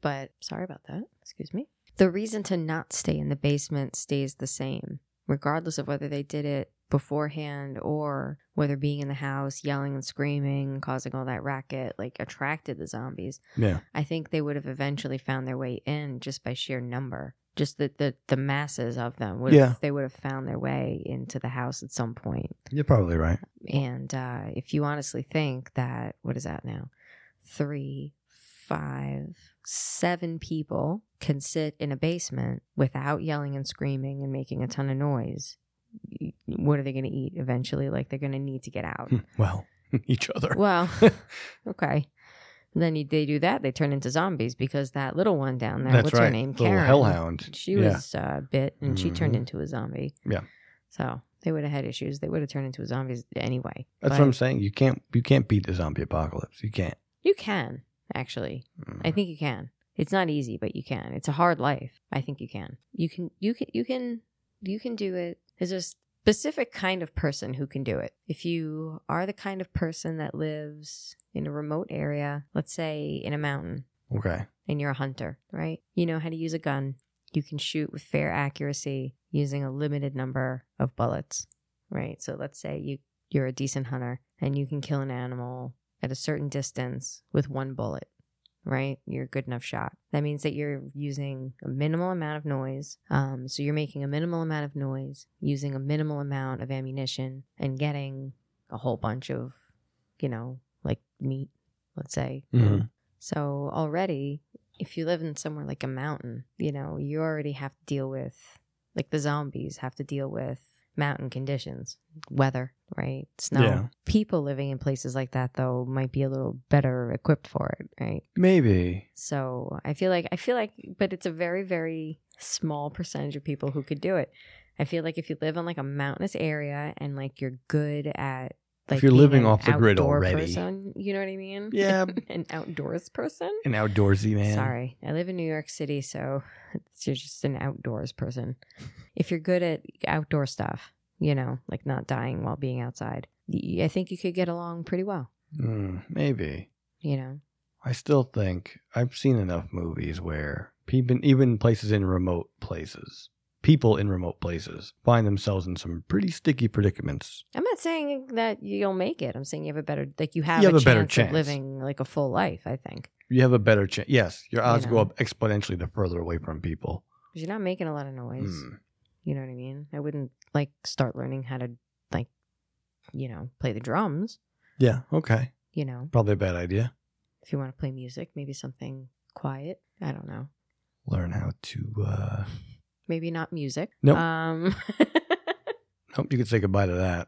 S6: But sorry about that. Excuse me. The reason to not stay in the basement stays the same, regardless of whether they did it beforehand or whether being in the house, yelling and screaming, causing all that racket, like attracted the zombies.
S5: Yeah.
S6: I think they would have eventually found their way in just by sheer number. Just the the, the masses of them would
S5: Yeah.
S6: they would have found their way into the house at some point.
S5: You're probably right.
S6: And uh, if you honestly think that what is that now? Three, five, seven people can sit in a basement without yelling and screaming and making a ton of noise. What are they going to eat eventually? Like they're going to need to get out.
S5: Hmm. well, (laughs) each other.
S6: Well, okay. Then you, they do that. They turn into zombies because that little one down there.
S5: That's
S6: what's
S5: right.
S6: her name?
S5: Little
S6: Karen.
S5: hellhound.
S6: She
S5: Yeah.
S6: was uh, bit and she turned
S5: Mhm.
S6: into a zombie.
S5: Yeah.
S6: So they would have had issues. They would have turned into zombies anyway.
S5: That's
S6: But
S5: what I'm saying. You can't you can't beat the zombie apocalypse. You can't. Hmm.
S6: You can actually. I think you can. It's not easy, but you can. It's a hard life. I think you can. You can. You can. You can. You can do it. There's a specific kind of person who can do it. If you are the kind of person that lives in a remote area, let's say in a mountain,
S5: Okay.
S6: and you're a hunter, right? You know how to use a gun. You can shoot with fair accuracy using a limited number of bullets, right? So let's say you you're a decent hunter and you can kill an animal at a certain distance with one bullet, right? You're a good enough shot. That means that you're using a minimal amount of noise. Um, so you're making a minimal amount of noise using a minimal amount of ammunition and getting a whole bunch of, you know, like meat, let's say,
S5: Mhm.
S6: so already, if you live in somewhere like a mountain, you know, you already have to deal with, like the zombies have to deal with mountain conditions, weather, right? Snow.
S5: Yeah.
S6: People living in places like that, though, might be a little better equipped for it, right?
S5: Maybe.
S6: So I feel like, I feel like, but it's a very, very small percentage of people who could do it. I feel like if you live in like a mountainous area and like you're good at, like
S5: you're
S6: being
S5: living
S6: an
S5: off the grid
S6: outdoor
S5: already.
S6: person, you know what I mean?
S5: Yeah.
S6: (laughs) an outdoors person.
S5: An outdoorsy man.
S6: Sorry, I live in New York City, so (laughs) you're just an outdoors person. If you're good at outdoor stuff, you know, like not dying while being outside, y- I think you could get along pretty well.
S5: Mm, maybe.
S6: You know,
S5: I still think I've seen enough movies where people, even places in remote places, people in remote places find themselves in some pretty sticky predicaments.
S6: I'm not saying that you'll make it. I'm saying you have a better, like you have,
S5: You have a better
S6: chance
S5: chance.
S6: of living like a full life. I think
S5: You have a better chance. Yes, your odds
S6: You
S5: go
S6: know.
S5: up exponentially the further away from people.
S6: 'Cause you're not making a lot of noise.
S5: Hmm.
S6: You know what I mean? I wouldn't like start learning how to like, you know, play the drums.
S5: Yeah. Okay.
S6: You know,
S5: Probably a bad idea.
S6: if you want to play music, maybe something quiet. I don't know.
S5: Learn how to. uh
S6: maybe not music.
S5: Nope.
S6: Um, (laughs)
S5: Hope you could say goodbye to that.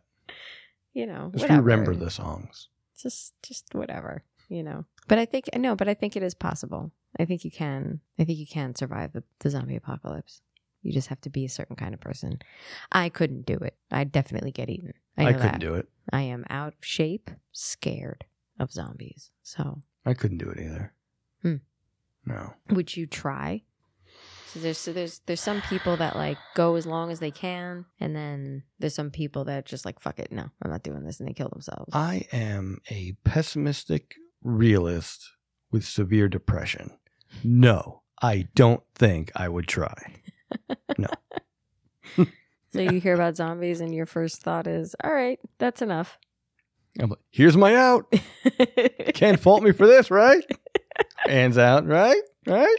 S6: you know,
S5: Just
S6: whatever.
S5: remember the songs.
S6: Just, just whatever. You know. But I think no. But I think it is possible. I think you can. I think you can survive the, the zombie apocalypse. You just have to be a certain kind of person. I couldn't do it. I'd definitely get eaten. I,
S5: I,
S6: know
S5: couldn't
S6: that.
S5: do it.
S6: I am out of shape, scared of zombies. So,
S5: I couldn't do it either.
S6: Hmm.
S5: No.
S6: would you try? So there's so there's there's some people that like go as long as they can, and then there's some people that just like fuck it, no, I'm not doing this, and they kill themselves.
S5: I am a pessimistic realist with severe depression. No, I don't think I would try.
S6: So you hear about zombies, and your first thought is, "All right, that's (laughs) enough."
S5: I'm like, Here's my out.
S6: Mm,
S5: Can't fault me for this, right? Hands out, right? Right?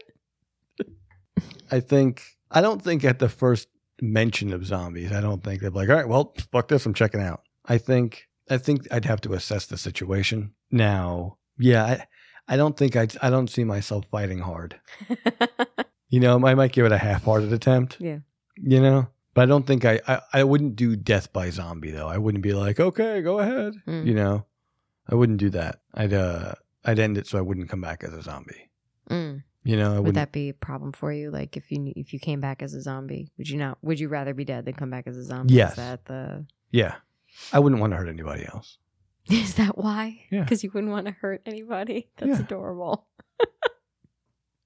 S5: I think I don't think at the first mention of zombies, I don't think they're like, all right, well, fuck this, I'm checking out. I think I think I'd have to assess the situation. Now, yeah, I, I don't think I I don't see myself fighting hard. You know, I might give it a half-hearted attempt.
S6: Yeah.
S5: You know, but I don't think I, I I wouldn't do death by zombie though. I wouldn't be like, okay, go ahead.
S6: Mm.
S5: You know, I wouldn't do that. I'd uh I'd end it so I wouldn't come back as a zombie.
S6: Mm.
S5: You know, I
S6: Would
S5: wouldn't.
S6: that be a problem for you? Like if you knew- if you came back as a zombie, would you not? Would you rather be dead than come back as a zombie?
S5: Yes.
S6: Is that the (laughs)
S5: yeah, I wouldn't want to hurt anybody else.
S6: is that why?
S5: Yeah.
S6: Because you wouldn't want to hurt anybody. That's
S5: Yeah.
S6: adorable.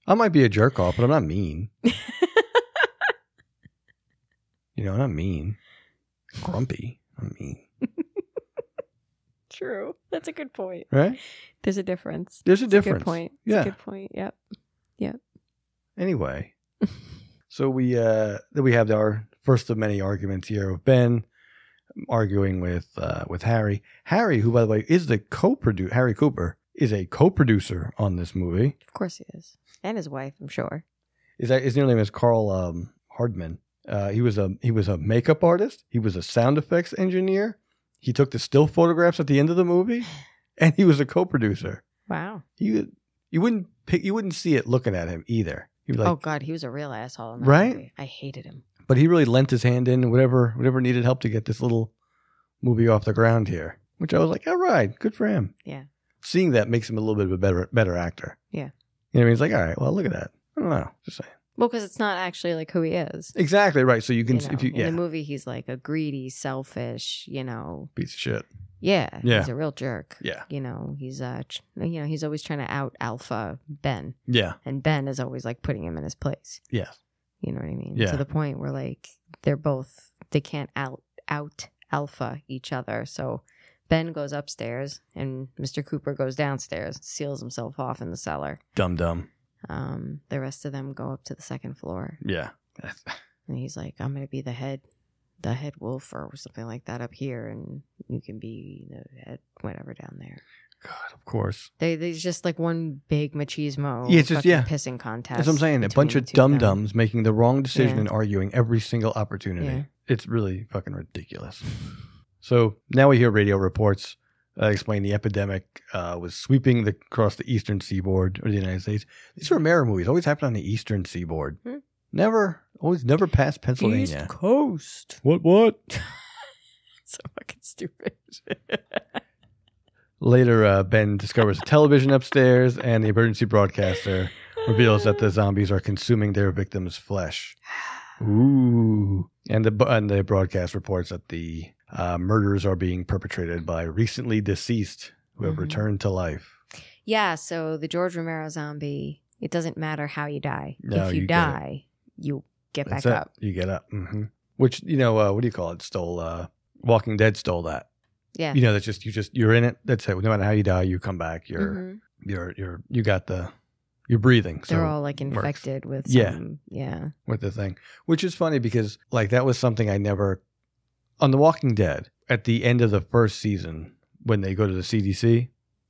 S5: I might be a jerk off, but I'm not
S6: (laughs)
S5: mean. You know, I'm not mean. Grumpy. I'm mean.
S6: True. That's a good point.
S5: Right?
S6: There's a difference.
S5: There's a
S6: It's
S5: difference.
S6: Good point. It's
S5: Yeah.
S6: A good point. Yep.
S5: Anyway, so we uh then we have our first of many arguments here with Ben arguing with uh with Harry. Harry, who by the way is the co-producer, Harry Cooper is a co-producer on this movie.
S6: Of course he is, and his wife, I'm sure.
S5: Is that his real name is Carl um, Hardman. Uh, he was a he was a makeup artist. He was a sound effects engineer. He took the still photographs at the end of the movie, and he was a co-producer.
S6: Wow.
S5: You you wouldn't pick you wouldn't see it looking at him either. You'd be like,
S6: oh God, he was a real asshole. In that
S5: Right?
S6: movie. I hated him.
S5: but he really lent his hand in whatever whatever needed help to get this little movie off the ground here. which I was like, all right, good for him.
S6: Yeah.
S5: Seeing that makes him a little bit of a better better actor.
S6: Yeah.
S5: You know what I mean? It's like, all right, well, look at that. I don't know. Just saying.
S6: Well, because it's not actually like who he is.
S5: Exactly right. So you
S6: You
S5: can,
S6: know?
S5: if you, yeah,
S6: In the movie, he's like a greedy, selfish. You know,
S5: piece of shit.
S6: yeah,
S5: Yeah.
S6: he's a real jerk.
S5: Yeah.
S6: You know, he's uh, ch- you know, he's always trying to out alpha Ben,
S5: Yeah.
S6: and Ben is always like putting him in his place.
S5: Yeah.
S6: You know what I mean?
S5: Yeah.
S6: To the point where like they're both they can't out out alpha each other. So Ben goes upstairs and Mr. Cooper goes downstairs, seals himself off in the cellar.
S5: Dumb, dumb.
S6: Um, the rest of them go up to the second floor,
S5: Yeah. (laughs) That's-
S6: and he's like, "I'm gonna be the head, the head wolf or something like that up here, and you can be the head whatever down there."
S5: God, of course.
S6: They there's just like one big machismo.
S5: Yeah, it's just-
S6: fucking
S5: yeah.
S6: pissing contest.
S5: That's what I'm saying. A
S6: between
S5: bunch
S6: the
S5: of
S6: two
S5: dum
S6: them.
S5: dums making the wrong decision
S6: Yeah.
S5: and arguing every single opportunity.
S6: Yeah.
S5: It's really fucking ridiculous. So now we hear radio reports uh, explain the epidemic uh, was sweeping the, across the eastern seaboard of the United States. These Romero movies always happen on the eastern seaboard.
S6: Hmm.
S5: Never, always never past Pennsylvania.
S7: East Coast.
S5: What, what?
S6: (laughs) So fucking stupid. (laughs)
S5: Later, uh, Ben discovers a television upstairs and the emergency broadcaster reveals that the zombies are consuming their victims' flesh. Ooh. And the and the broadcast reports that the uh, murders are being perpetrated by recently deceased who have
S6: Mhm.
S5: returned to life.
S6: Yeah, so the George Romero zombie, it doesn't matter how you die.
S5: No,
S6: if you,
S5: you get it.
S6: die, you get
S5: That's
S6: back
S5: it.
S6: up.
S5: You get up. hmm Which you know, uh, what do you call it? Stole. Uh, Walking Dead stole that.
S6: Yeah.
S5: You know, that's just you just you're in it. That's it. No matter how you die, you come back. You're
S6: Mhm.
S5: you're you're you got the you're breathing. So
S6: They're all like
S5: works.
S6: infected with
S5: Yeah.
S6: some, yeah.
S5: with the thing, which is funny because like that was something I never on The Walking Dead at the end of the first season when they go to the CDC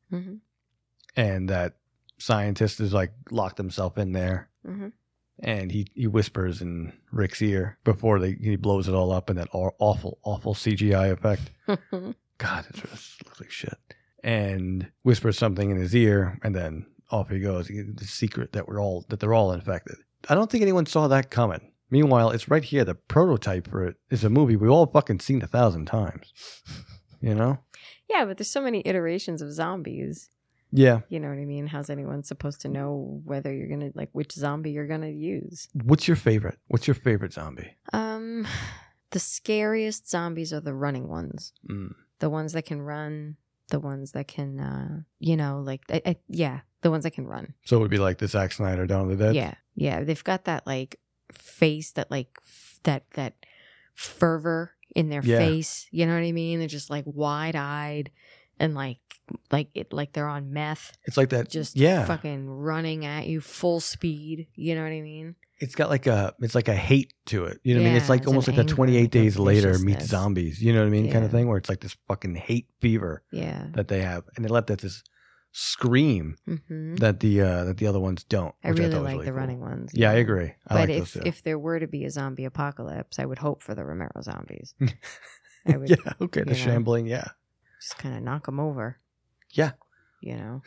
S6: hmm
S5: and that scientist is like locked himself in there
S6: Mhm.
S5: and he, he whispers in Rick's ear before they, he blows it all up in that aw- awful, awful CGI effect.
S6: Mm-hmm.
S5: God, it just looks like shit. And whispers something in his ear, and then off he goes. The secret that we're all that they're all infected. I don't think anyone saw that coming. Meanwhile, it's right here. The prototype for it is a movie we've all fucking seen a thousand times. You know?
S6: (laughs) yeah, but there's so many iterations of zombies.
S5: Yeah.
S6: You know what I mean? How's anyone supposed to know whether you're going to, like, which zombie you're going to use?
S5: What's your favorite? What's your favorite zombie?
S6: Um, (sighs) The scariest zombies are the running ones.
S5: Mm.
S6: the ones that can run the ones that can uh you know like I, I, yeah the ones that can run
S5: So it would be like the Zack Snyder Dawn of the Dead.
S6: yeah yeah they've got that like face that like f- that that fervor in their
S5: Yeah.
S6: face you know what i mean they're just like wide-eyed and like like it like they're on meth
S5: It's like that.
S6: just
S5: yeah.
S6: fucking running at you full speed you know what i mean
S5: It's got like a it's like a hate to it. You know what I mean? It's
S6: Yeah,
S5: like
S6: it's an
S5: almost like that
S6: anger,
S5: twenty eight
S6: like a
S5: days later meets
S6: viciousness.
S5: zombies. You know what I mean? Kind
S6: Yeah.
S5: of thing where it's like this fucking hate fever.
S6: yeah
S5: that they have, and they let that this scream
S6: hmm
S5: that the uh, that the other ones don't.
S6: i
S5: which
S6: really
S5: thought was
S6: like the
S5: cool.
S6: running ones
S5: Yeah, I
S6: yeah.
S5: agree. I
S6: but
S5: like those
S6: if
S5: too.
S6: if there were to be a zombie apocalypse, I would hope for the Romero zombies.
S5: (laughs)
S6: I would
S5: yeah, okay, the
S6: you know.
S5: shambling. Yeah,
S6: just kind of knock them over.
S5: Yeah.
S6: You know.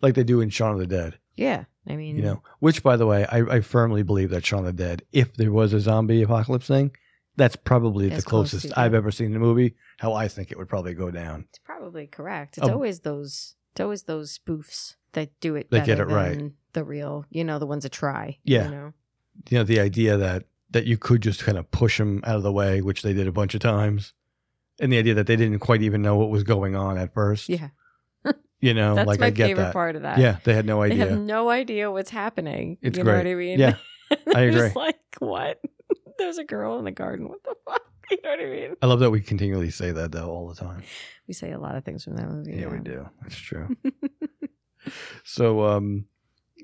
S5: like they do in Shaun of the Dead.
S6: Yeah. I mean.
S5: You know, which by the way, I, I firmly believe that Shaun of the Dead, if there was a zombie apocalypse thing, that's probably the
S6: It's close to
S5: closest
S6: that.
S5: I've ever seen in a movie. How I think it would probably go down.
S6: It's probably correct. It's
S5: Oh.
S6: always those. It's always those spoofs that do it.
S5: That get
S6: better
S5: it right.
S6: than The real, you know, the ones that try.
S5: Yeah.
S6: You know.
S5: You know, the idea that that you could just kind of push them out of the way, which they did a bunch of times, and the idea that they didn't quite even know what was going on at first.
S6: Yeah.
S5: You know,
S7: That's
S5: like
S7: my
S5: I get
S7: favorite
S5: that.
S7: part of that.
S5: Yeah, they had no
S7: (laughs) They
S5: idea.
S7: have no idea what's happening.
S5: It's
S7: you know what
S5: great.
S7: I mean? (laughs)
S5: Yeah,
S7: And
S5: I
S7: they're
S5: agree.
S7: just like, what? (laughs) There's a girl in the garden. What the fuck? (laughs) You know what I mean?
S5: I love that we continually say that though all
S7: (laughs)
S5: the time.
S6: We say a lot of things from that movie.
S5: Yeah, we
S6: now.
S5: do. That's true. so um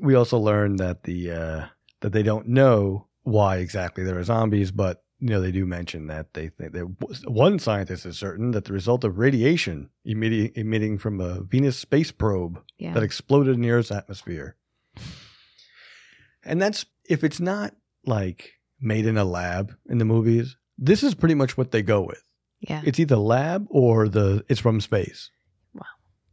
S5: we also learned that the uh that they don't know why exactly there are zombies, but you know they do mention that they think that one scientist is certain that the result of radiation emitting, emitting from a Venus space probe
S6: Yeah.
S5: that exploded in the Earth's atmosphere. And that's if it's not like made in a lab in the movies. This is pretty much what they go with.
S6: yeah.
S5: It's either lab or the it's from space.
S6: Wow.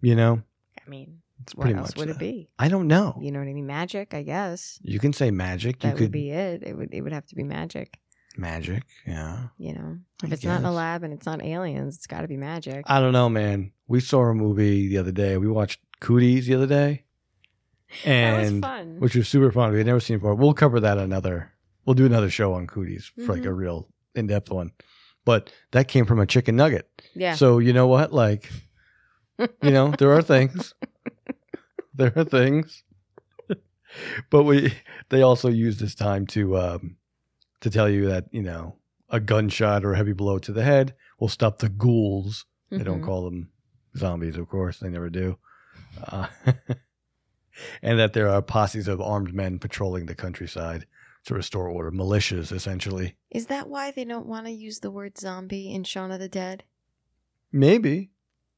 S5: You know,
S6: I mean,
S5: it's
S6: what
S5: pretty
S6: else
S5: much.
S6: would it
S5: that.
S6: be?
S5: I don't know.
S6: You know what I mean? Magic, I guess.
S5: You can say magic.
S6: That
S5: you could
S6: would be it. It would. It would have to be magic.
S5: magic. Yeah.
S6: You know,
S5: I
S6: if it's not in a
S5: guess.
S6: lab and it's not aliens, it's got to be magic.
S5: I don't know, man. We saw a movie the other day. We watched Cooties the other day,
S6: that was
S5: and
S6: fun.
S5: which was super fun. We had never seen it before. We'll cover that another. We'll do another show on Cooties for like a real in depth one. But that came from a chicken nugget.
S6: yeah.
S5: So you know what? Like, you know, there are things. there are things. but we they also use this time to um to tell you that, you know, a gunshot or a heavy blow to the head will stop the ghouls. They don't
S6: Mhm.
S5: call them zombies, of course. They never do. Uh, (laughs) and that there are posses of armed men patrolling the countryside to restore order, militias essentially.
S6: Is that why they don't want to use the word zombie in Shaun of the Dead?
S5: Maybe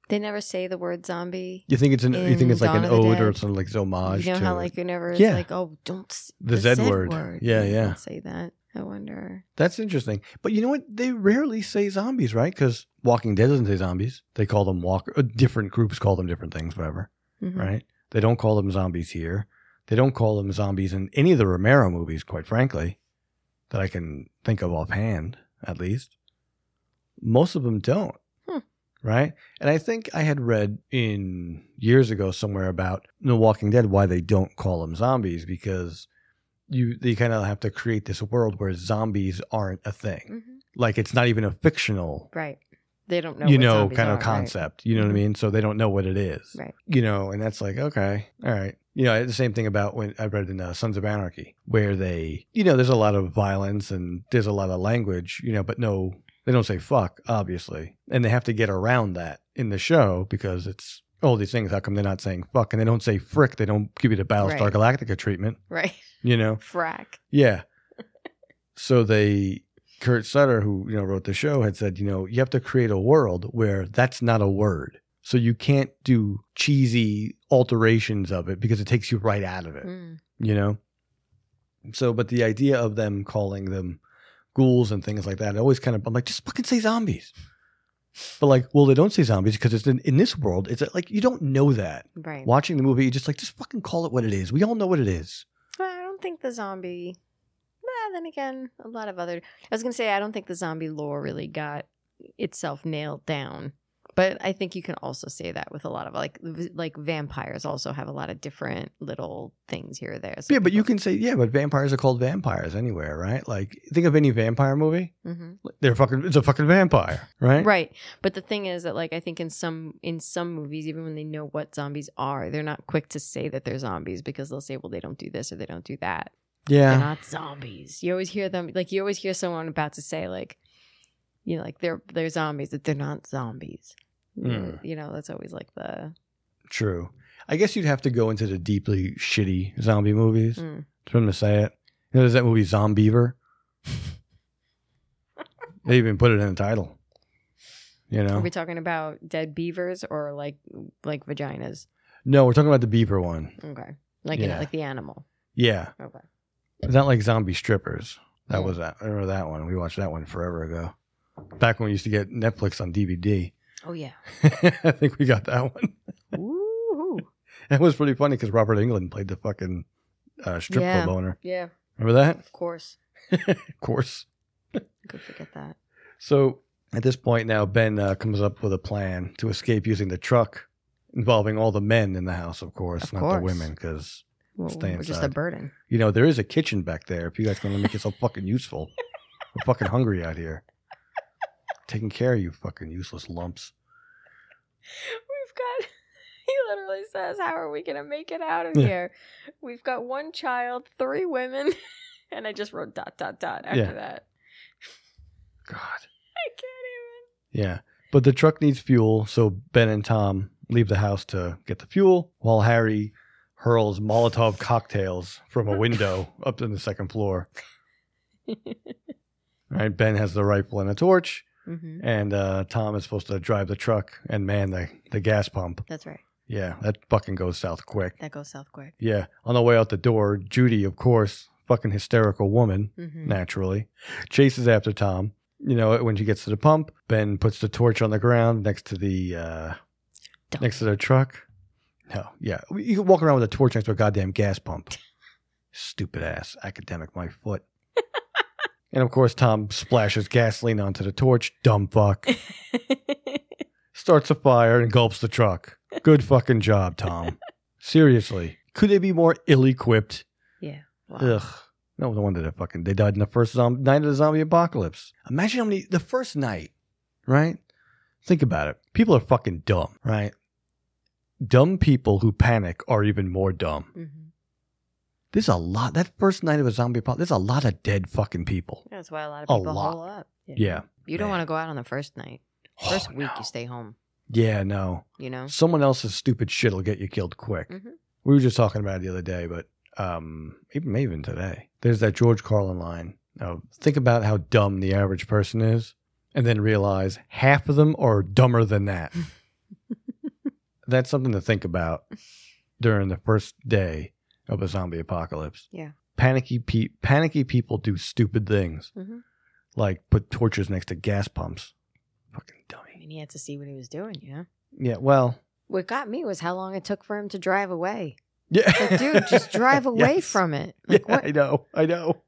S6: They never say the word zombie.
S5: you think it's an you think
S6: In
S5: it's like
S6: Dawn
S5: an
S6: of the
S5: ode or
S6: Dead.
S5: something like it's homage.
S6: you know
S5: to
S6: how like whenever it's
S5: Yeah.
S6: like, oh, don't s-
S5: The Z word. Yeah,
S6: They
S5: yeah.
S6: don't say that. I wonder.
S5: That's interesting. But you know what? They rarely say zombies, right? Because Walking Dead doesn't say zombies. They call them walker. uh, Different groups call them different things, whatever,
S6: Mhm.
S5: right? They don't call them zombies here. They don't call them zombies in any of the Romero movies, quite frankly, that I can think of offhand, at least. Most of them don't,
S6: Hmm.
S5: right? And I think I had read in years ago somewhere about The Walking Dead why they don't call them zombies because you they kind of have to create this world where zombies aren't a thing
S6: Mhm.
S5: like it's not even a fictional
S6: Right. They don't know.
S5: you
S6: what
S5: know
S6: zombies
S5: kind
S6: are,
S5: of
S6: right.
S5: concept you know what i
S6: Mhm.
S5: mean so they don't know what it is
S6: Right.
S5: you know and that's like okay all right you know I had the same thing about when i read in uh, sons of anarchy where they you know there's a lot of violence and there's a lot of language you know but no they don't say fuck obviously and they have to get around that in the show because it's all these things how come they're not saying fuck and they don't say frick they don't give you the battlestar
S6: Right.
S5: galactica treatment
S6: Right. (laughs)
S5: you know
S6: Frack.
S5: yeah. so they, Kurt Sutter, who you know wrote the show, had said, you know, you have to create a world where that's not a word. So you can't do cheesy alterations of it because it takes you right out of it.
S6: Mm.
S5: You know. So, but the idea of them calling them ghouls and things like that, I always kind of, I'm like, just fucking say zombies. But like, well, they don't say zombies because it's in, in this world. It's like you don't know that.
S6: Right.
S5: Watching the movie, you just like just fucking call it what it is. We all know what it is.
S6: Well, I don't think the zombie. Well, then again, a lot of other. I was gonna say I don't think the zombie lore really got itself nailed down, but I think you can also say that with a lot of like v- like vampires also have a lot of different little things here or there.
S5: Yeah, but you can say, yeah, but vampires are called vampires anywhere, right? Like, think of any vampire movie.
S6: hmm
S5: They're fucking, it's a fucking vampire, right?
S6: Right, but the thing is that like I think in some in some movies, even when they know what zombies are, they're not quick to say that they're zombies because they'll say, well, they don't do this or they don't do that. they're
S5: Yeah.
S6: not zombies. You always hear them like you always hear someone about to say like, you know, like they're they're zombies that they're not zombies.
S5: Mm.
S6: You know, that's always like the
S5: True. I guess you'd have to go into the deeply shitty zombie movies
S6: Mm.
S5: for them to say it. You know, there's that movie
S6: (laughs)
S5: Zombiever. they even put it in the title. You know?
S6: are we talking about dead beavers or like like vaginas?
S5: no, we're talking about the beaver one.
S6: Okay. Like you know,
S5: Yeah.
S6: like the animal.
S5: Yeah.
S6: Okay.
S5: It's not like zombie strippers. That
S6: Mm.
S5: was that. I remember that one. We watched that one forever ago. Back when we used to get Netflix on DVD.
S6: Oh yeah.
S5: (laughs) I think we got that one. (laughs)
S6: Woo.
S5: That was pretty funny because Robert England played the fucking uh, strip
S6: Yeah.
S5: club owner.
S6: yeah,
S5: Remember that?
S6: of course.
S5: Of course.
S6: I could forget that.
S5: So at this point now, Ben uh, comes up with a plan to escape using the truck involving all the men in the house, of course,
S6: Of
S5: not the
S6: course.
S5: women, because,
S6: Well,
S5: Stay
S6: we're just a
S5: inside.
S6: burden.
S5: you know, there is a kitchen back there if you guys want to make yourself fucking
S6: (laughs)
S5: useful. We're fucking hungry out here. Taking care of you fucking useless lumps.
S7: (laughs) We've got. (laughs) He literally says, "How are we gonna make it out of
S5: Yeah.
S7: here? We've got one child, three women, (laughs) and I just wrote dot dot dot after
S5: Yeah.
S7: that.
S5: God.
S7: I can't
S5: Yeah. But the truck needs fuel, so Ben and Tom leave the house to get the fuel while Harry hurls Molotov cocktails from a window up in the second floor.
S7: even.
S6: (laughs)
S5: All right, Ben has the rifle and a torch,
S6: hmm
S5: and uh, Tom is supposed to drive the truck and man the, the gas pump.
S6: That's right.
S5: Yeah, that fucking goes south quick.
S6: That goes south quick.
S5: Yeah. On the way out the door, Judy, of course, fucking hysterical woman,
S6: Mm-hmm.
S5: naturally, chases after Tom. You know, when she gets to the pump, Ben puts the torch on the ground next to the uh, next to their truck. No, yeah, you can walk around with a torch next to a goddamn gas pump. Stupid ass academic, my foot. (laughs) And of course, Tom splashes gasoline onto the torch. Dumb fuck. Starts a fire and gulps the truck. Good fucking job, Tom. Seriously. Could they be more ill equipped?
S6: (laughs) Wow.
S5: Ugh. No wonder they fucking they died in the first zom- night of the zombie apocalypse. Imagine how many the first night, right? Think about it. People are fucking dumb, right? Dumb people who panic are even more dumb.
S6: Mhm.
S5: There's a lot that first night of a zombie apocalypse. There's a lot of dead fucking people.
S6: That's why a lot of
S5: A
S6: people
S5: lot.
S6: hole up. you know?
S5: Yeah.
S6: You don't
S5: man.
S6: want to go out on the first night. First
S5: Oh,
S6: week,
S5: no.
S6: you stay home.
S5: Yeah, no.
S6: You know.
S5: Someone else's stupid shit will get you killed quick.
S6: Mhm.
S5: We were just talking about it the other day, but um, even maybe even today, there's that George Carlin line. Now, think about how dumb the average person is, and then realize half of them are dumber than
S6: (laughs)
S5: that. That's something to think about during the first day of a zombie apocalypse.
S6: Yeah.
S5: panicky pe- panicky people do stupid things,
S6: Mhm.
S5: like put torches next to gas pumps. Fucking
S6: I
S5: dummy.
S6: mean, he had to see what he was doing. You know.
S5: Yeah. Well.
S6: What got me was how long it took for him to drive away.
S5: Yeah. (laughs)
S6: Like, dude, just drive away
S5: Yes.
S6: from it. Like,
S5: yeah,
S6: what?
S5: I know. I know.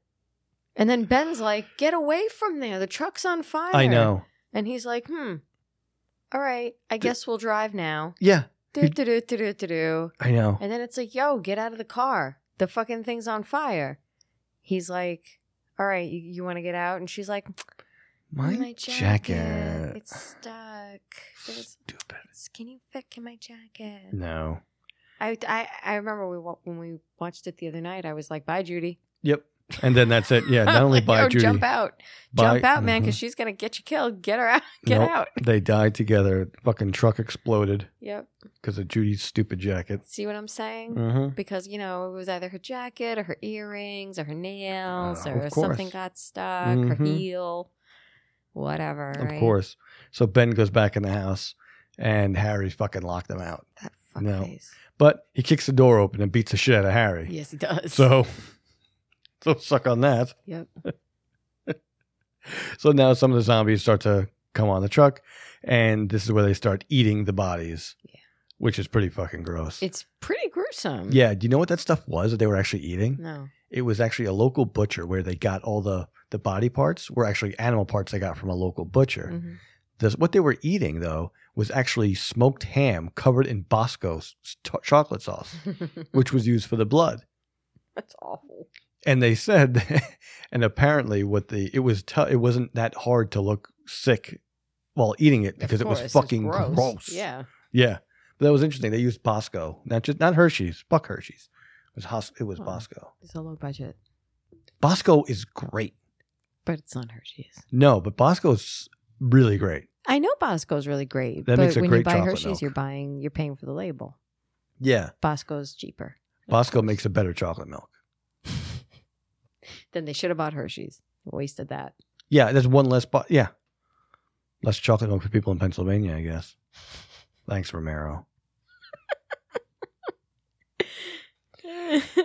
S6: And then Ben's like, "Get away from there! The truck's on fire."
S5: I know.
S6: And he's like, "Hmm. All right, I guess we'll
S5: (laughs)
S6: drive now."
S5: Yeah,
S6: Do do do do do do do.
S5: I know.
S6: And then it's like, yo, get out of the car. The fucking thing's on fire. He's like, all right, you, you want to get out? And she's like,
S5: My, jacket.
S6: It's stuck.
S5: (sighs)
S6: There's,
S5: Stupid.
S6: it's, can you fit in my jacket?
S5: No.
S6: I, I, I remember we wa- when we watched it the other night, I was like, bye, Judy.
S5: Yep. And then that's it.
S6: (laughs)
S5: Yeah. Not only
S6: Like,
S5: by
S6: yo,
S5: Judy.
S6: Jump out.
S5: bye-
S6: Jump out, man,
S5: Mhm.
S6: because she's going to get you killed. Get her out. (laughs) Get
S5: Nope.
S6: out.
S5: they died together. Fucking truck exploded
S6: Yep.
S5: because of Judy's stupid jacket.
S6: See what I'm saying?
S5: Mm-hmm.
S6: Because, you know, it was either her jacket or her earrings or her nails
S5: Uh,
S6: or
S5: of
S6: something
S5: course.
S6: got stuck, her
S5: Mhm.
S6: heel, whatever.
S5: Of
S6: right?
S5: course. So Ben goes back in the house, and Harry fucking locked him out.
S6: That fuck
S5: No.
S6: face.
S5: But he kicks the door open and beats the shit out of Harry.
S6: Yes, he does. (laughs)
S5: So, so suck on that.
S6: Yep.
S5: (laughs) so now some of the zombies start to come on the truck, and this is where they start eating the bodies,
S6: Yeah.
S5: which is pretty fucking gross.
S6: it's pretty gruesome.
S5: yeah, do you know what that stuff was that they were actually eating?
S6: No.
S5: It was actually a local butcher where they got all the the body parts were actually animal parts they got from a local butcher.
S6: Mhm.
S5: This, what they were eating though was actually smoked ham covered in Bosco s- t- chocolate
S6: (laughs)
S5: sauce,
S6: Mm-hmm.
S5: which was used for the blood.
S7: That's awful.
S5: and they said (laughs) and apparently what the it was tou- it wasn't that hard to look sick while eating it because
S6: Of
S5: it was
S6: course, it's
S5: fucking gross.
S6: Yeah.
S5: yeah but that was interesting they used bosco not just not hershey's fuck hershey's it was Hos- it was
S6: Oh.
S5: bosco
S6: It's a low budget,
S5: bosco is great
S6: but it's not Hershey's.
S5: no but bosco's really great
S6: I know Bosco's really great,
S5: That
S6: but
S5: makes a
S6: when you
S5: great
S6: buy
S5: chocolate
S6: Hershey's,
S5: milk.
S6: you're buying, you're paying for the label.
S5: yeah
S6: Bosco's cheaper.
S5: bosco makes a better chocolate milk
S6: Then they should have bought Hershey's. Wasted (laughs) that.
S5: yeah there's one less bo- yeah less chocolate milk for people in pennsylvania i guess thanks romero
S6: Mm-hmm.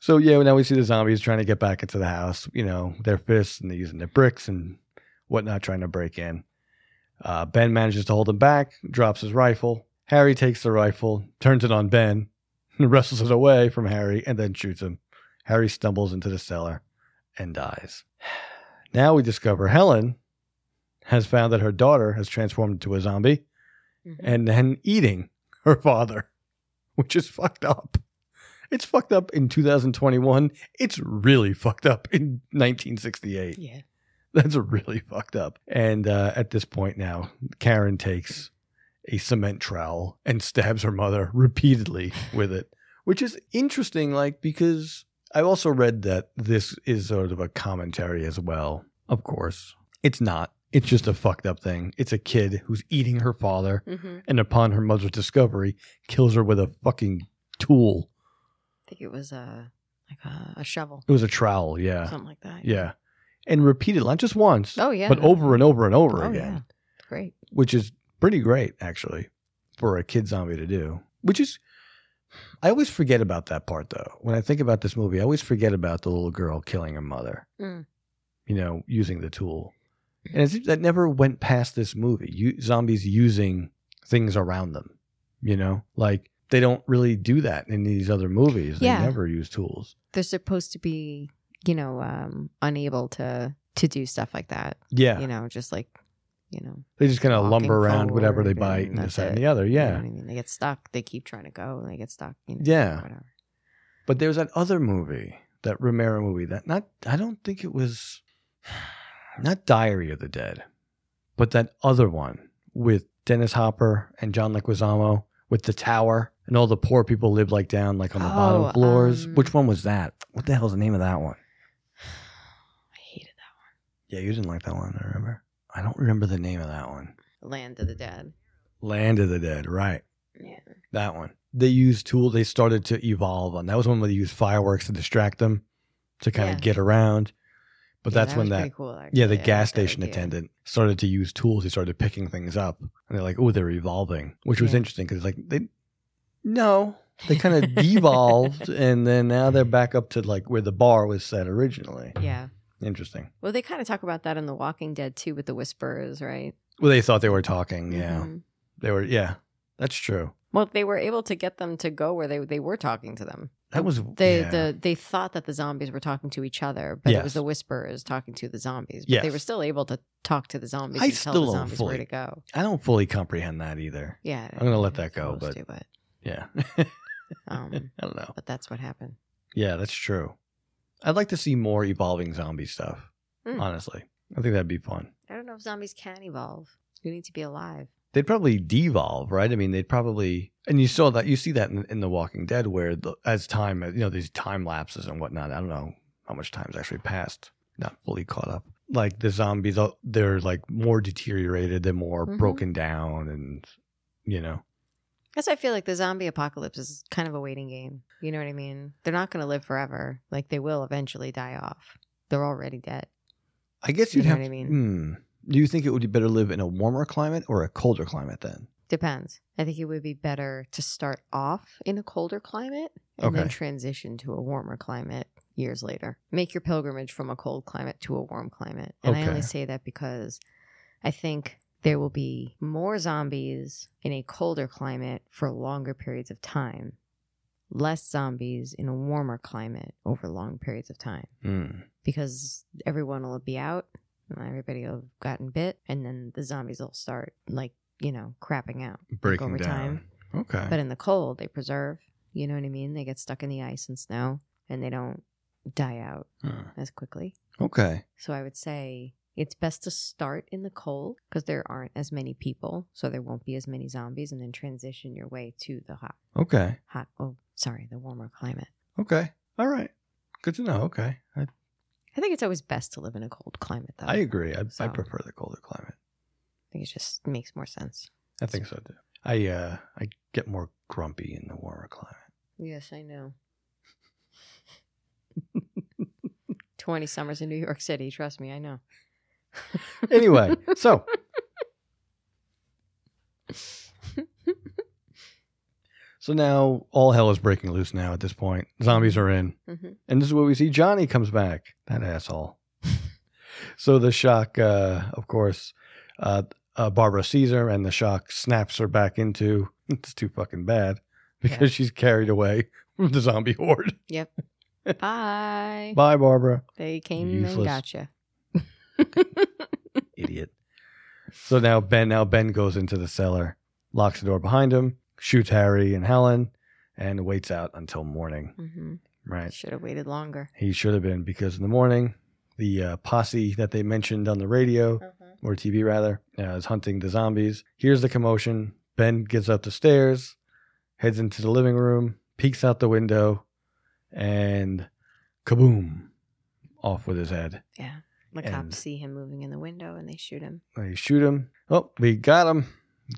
S5: So yeah, now we see the zombies trying to get back into the house. You know, their fists and they're using their bricks and whatnot, trying to break in. Uh, ben manages to hold them back, drops his rifle. Harry takes the rifle, turns it on Ben, (laughs) wrestles it away from Harry, and then shoots him. Harry stumbles into the cellar and dies. (sighs) Now we discover Helen has found that her daughter has transformed into a zombie
S6: Mhm.
S5: and then eating (laughs) her father, which is fucked up. It's fucked up in 2021. It's really fucked up in 1968.
S6: yeah.
S5: That's really fucked up. And uh, at this point now, Karen takes a cement trowel and stabs her mother repeatedly with it, which is interesting, like, because I also read that this is sort of a commentary as well. Of course, it's not. It's just a fucked up thing. It's a kid who's eating her father
S6: Mm-hmm.
S5: and upon her mother's discovery, kills her with a fucking tool.
S6: I think it was a like a, a shovel,
S5: It was a trowel, yeah.
S6: something like that.
S5: Yeah. And repeated, not just once,
S6: Oh yeah.
S5: but over and over and over
S6: Oh,
S5: again,
S6: yeah. Great.
S5: which is pretty great, actually, for a kid zombie to do. Which is, I always forget about that part, though. When I think about this movie, I always forget about the little girl killing her mother,
S6: Mm.
S5: you know, using the tool. And it's, that never went past this movie. You, zombies using things around them, you know, like they don't really do that in these other movies. They
S6: Yeah.
S5: never use tools.
S6: They're supposed to be you know, um, unable to to do stuff like that.
S5: Yeah.
S6: You know, just like, you know,
S5: they just kind of
S6: walking
S5: lumber around whatever they
S6: forward
S5: bite and
S6: and
S5: this
S6: that's
S5: that and
S6: it.
S5: the other.
S6: you know
S5: Yeah.
S6: what I mean, they get stuck. They keep trying to go, and they get stuck. You know,
S5: Yeah.
S6: whatever.
S5: But there's that other movie, that Romero movie that not I don't think it was (sighs) not Diary of the Dead, but that other one with Dennis Hopper and John Leguizamo with the tower and all the poor people lived like down like on the
S6: Oh,
S5: bottom floors.
S6: um,
S5: Which one was that? What the hell's the name of that one?
S6: I hated
S5: Yeah, you didn't like that one, I remember. I don't remember the name of that one.
S6: that. Land of the Dead.
S5: Land of the Dead, right.
S6: Yeah.
S5: That one. They used tool. They started to evolve on. That was one where they used fireworks to distract them, to kind
S6: Yeah.
S5: of get around. But
S6: Yeah,
S5: that's
S6: that
S5: when
S6: was
S5: that
S6: pretty cool,
S5: yeah the gas
S6: actually. I like that
S5: station
S6: idea.
S5: attendant started to use tools. He started picking things up, and they're like, "Oh, they're evolving," which was
S6: Yeah.
S5: interesting because like they no, they kind of
S6: (laughs)
S5: devolved, and then now they're back up to like where the bar was set originally.
S6: Yeah.
S5: Interesting.
S6: Well, they kind of talk about that in The Walking Dead too, with the whisperers, right?
S5: Well, they thought they were talking. Yeah,
S6: Mhm.
S5: they were. Yeah, that's true.
S6: Well, they were able to get them to go where they they were talking to them.
S5: That was
S6: They
S5: yeah.
S6: the they thought that the zombies were talking to each other, but it
S5: Yes.
S6: was the whisperers talking to the zombies. But they were
S5: Yes.
S6: still able to talk to the zombies
S5: I
S6: and tell
S5: still
S6: the
S5: don't
S6: zombies where
S5: fully-
S6: to go.
S5: I don't fully comprehend that either.
S6: Yeah,
S5: I'm gonna let
S6: they're
S5: that go,
S6: supposed
S5: but-
S6: to,
S5: (laughs)
S6: but
S5: Yeah.
S6: um,
S5: I don't know.
S6: but that's what happened.
S5: Yeah, that's true. I'd like to see more evolving zombie stuff,
S6: Hmm.
S5: honestly. I think that'd be fun.
S6: I don't know if zombies can evolve. You need to be alive.
S5: They'd probably devolve, right? I mean, they'd probably, and you saw that, you see that in, in The Walking Dead, where the, as time, you know, these time lapses and whatnot. I don't know how much time's actually passed, not fully caught up. Like the zombies, uh, they're like more deteriorated, they're more
S6: Mhm.
S5: broken down, and, you know,
S6: That's why I feel like the zombie apocalypse is kind of a waiting game. You know what I mean? They're not going to live forever. Like they will eventually die off. They're already dead.
S5: I guess
S6: You
S5: you'd
S6: know
S5: have
S6: what I mean?
S5: Hmm. Do you think it would be better to live in a warmer climate or a colder climate then?
S6: Depends. I think it would be better to start off in a colder climate and then
S5: Okay.
S6: transition to a warmer climate years later. Make your pilgrimage from a cold climate to a warm climate. And I
S5: Okay.
S6: only say that because I think there will be more zombies in a colder climate for longer periods of time, less zombies in a warmer climate over long periods of time
S5: Hmm.
S6: because everyone will be out and everybody will have gotten bit and then the zombies will start like you know crapping out
S5: Breaking
S6: over
S5: down.
S6: time.
S5: Okay.
S6: but in the cold they preserve you know what i mean they get stuck in the ice and snow and they don't die out
S5: Hmm.
S6: as quickly
S5: Okay.
S6: so i would say it's best to start in the cold because there aren't as many people so there won't be as many zombies and then transition your way to the hot
S5: Okay.
S6: hot oh sorry the warmer climate
S5: Okay. All right. Good to know. Okay. I,
S6: i think it's always best to live in a cold climate though
S5: I agree. I, I
S6: So.
S5: prefer the colder climate.
S6: I think it just makes more sense
S5: I think so too. I uh I get more grumpy in the warmer climate.
S6: Yes, I (laughs) know. 20 summers in New York City. Trust me, I (laughs) know.
S5: Anyway,
S6: (laughs)
S5: so so now all hell is breaking loose now at this point. Zombies are in.
S6: Mhm.
S5: And this is where we see Johnny comes back. That asshole. so the shock, uh, of course, uh, uh, Barbara sees her and the shock snaps her back into (laughs) it's too fucking bad because
S6: Yeah.
S5: she's carried away from the zombie (laughs) horde.
S6: Bye.
S5: Bye, Barbara.
S6: They came and
S5: Useless. (laughs)
S6: got you.
S5: Idiot. So now Ben, now Ben goes into the cellar, locks the door behind him, shoots Harry and Helen, and waits out until morning.
S6: hmm
S5: Right.
S6: Should have waited longer.
S5: He should have been because in the morning, the uh, posse that they mentioned on the radio or TV rather uh, is hunting the zombies. Here's the commotion. Ben gets up the stairs, heads into the living room, peeks out the window, and kaboom! Off with his head.
S6: Yeah. The
S5: And-
S6: cops see him moving in the window and they shoot him.
S5: They shoot him. Oh, we got him.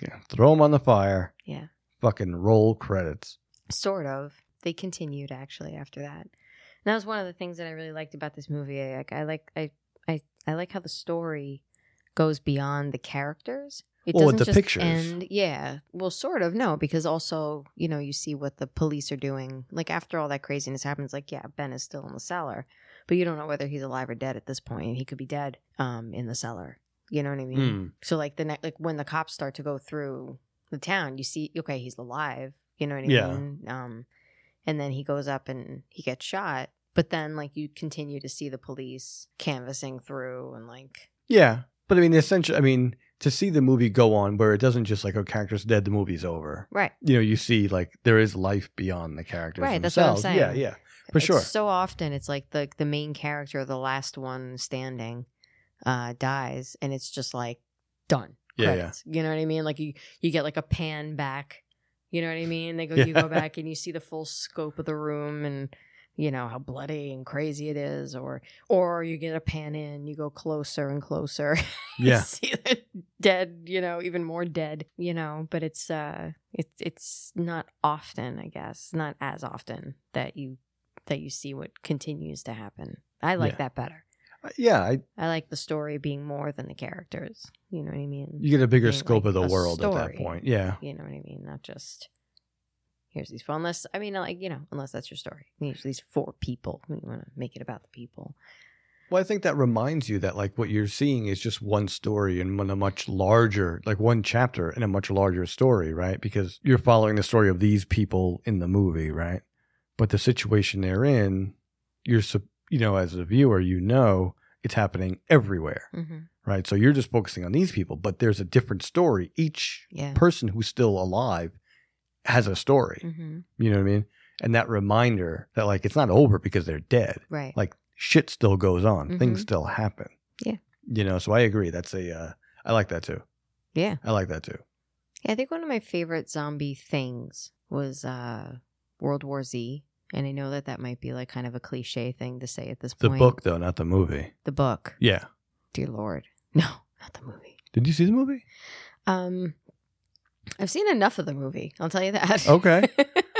S5: Yeah, Throw him on the fire.
S6: Yeah.
S5: Fucking roll credits.
S6: Sort of. They continued actually after that. And that was one of the things that I really liked about this movie. I, I like I, I I like how the story goes beyond the characters. It
S5: Or the
S6: just
S5: pictures.
S6: end. Yeah. Well, sort of no, because also you know you see what the police are doing. Like after all that craziness happens, like yeah, Ben is still in the cellar, but you don't know whether he's alive or dead at this point. He could be dead um, in the cellar. You know what I mean?
S5: Hmm.
S6: So like the next, like when the cops start to go through the town, you see, okay, he's alive. You know what I
S5: Yeah.
S6: mean? Um, and then he goes up and he gets shot, But then, like, you continue to see the police canvassing through and, like,
S5: Yeah, but I mean, essentially, I mean, to see the movie go on where it doesn't just like oh, character's dead, the movie's over.
S6: right.
S5: You know, you see like there is life beyond the characters.
S6: Right, that's what I'm
S5: themselves.
S6: saying.
S5: Yeah, yeah, for
S6: It's
S5: sure.
S6: So often it's like the the main character, the last one standing, uh, dies, and it's just like done.
S5: Yeah, yeah.
S6: Credits. You know what I mean? Like you you get like a pan back. You know what I mean? They go you
S5: (laughs) Yeah.
S6: go back and you see the full scope of the room and you know how bloody and crazy it is, or or you get a pan in, you go closer and closer.
S5: (laughs)
S6: You
S5: yeah.
S6: (laughs) see the dead, you know, even more dead, you know, but it's uh it's it's not often, I guess, not as often that you that you see what continues to happen. I like
S5: Yeah.
S6: that better.
S5: Uh, Yeah, I,
S6: I like the story being more than the characters. You know what I mean?
S5: you get a bigger
S6: Like
S5: scope of the
S6: a
S5: world at that
S6: story.
S5: point. Yeah.
S6: You know what I mean? Not just here's these four. Unless I mean, like you know, unless that's your story. Here's these four people. You want to make it about the people.
S5: Well, I think that reminds you that like what you're seeing is just one story and one a much larger, like one chapter in a much larger story, right? Because you're following the story of these people in the movie, right? But the situation they're in, you're sup- you know as a viewer, you know it's happening everywhere,
S6: Mm-hmm.
S5: right? So you're just focusing on these people, but there's a different story. Each
S6: Yeah.
S5: person who's still alive has a story.
S6: Mm-hmm.
S5: You know what I mean? And that reminder that like it's not over because they're dead
S6: Right.
S5: like shit still goes on things
S6: Mhm.
S5: still happen
S6: Yeah.
S5: you know so i agree that's a uh, i like that too
S6: yeah.
S5: i like that too
S6: Yeah, I think one of my favorite zombie things was uh, World War Z, and I know that that might be like kind of a cliche thing to say at this
S5: the
S6: point.
S5: book though not the movie
S6: the book,
S5: yeah
S6: dear lord, (laughs) no, not the movie.
S5: did you see the movie
S6: Um, I've seen enough of the movie. I'll tell you that.
S5: Okay.
S6: (laughs)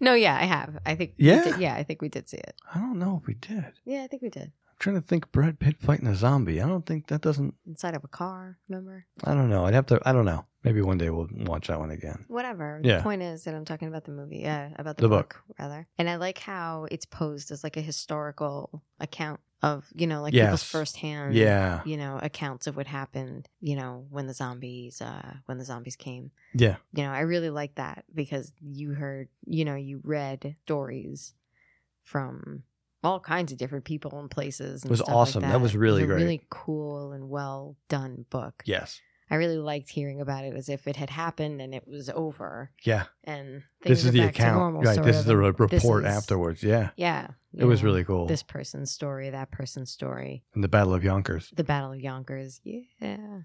S6: no, yeah, I have. I think.
S5: Yeah?
S6: we did, yeah, I think we did see it.
S5: i don't know if we did i'm
S6: Yeah, I think we did.
S5: trying to think brad pitt fighting a zombie i don't think that doesn't
S6: Inside of a car, remember?
S5: i don't know i'd have to i don't know maybe one day we'll watch that one again
S6: Whatever.
S5: Yeah.
S6: The point is that I'm talking about the movie, yeah, about the,
S5: The
S6: book, rather. And I like how it's posed as like a historical account of, you know, like
S5: Yes.
S6: people's firsthand,
S5: yeah
S6: you know, accounts of what happened, you know, when the zombies, uh, when the zombies came.
S5: yeah
S6: You know, I really like that because you heard, you know, you read stories from all kinds of different people and places.
S5: It
S6: And
S5: was
S6: stuff like
S5: awesome. That was
S6: It
S5: really
S6: a
S5: great.
S6: really cool and well done book.
S5: yes
S6: I really liked hearing about it as if it had happened and it was over
S5: yeah
S6: and
S5: this
S6: things
S5: is
S6: are
S5: the
S6: back To
S5: account
S6: normal,
S5: right
S6: sort
S5: this
S6: of,
S5: is the re-
S6: and this
S5: report
S6: is-
S5: afterwards yeah
S6: Yeah,
S5: it
S6: you
S5: was
S6: know,
S5: really cool
S6: This person's story, that person's story,
S5: in the battle of yonkers
S6: the Battle of Yonkers. Yeah, I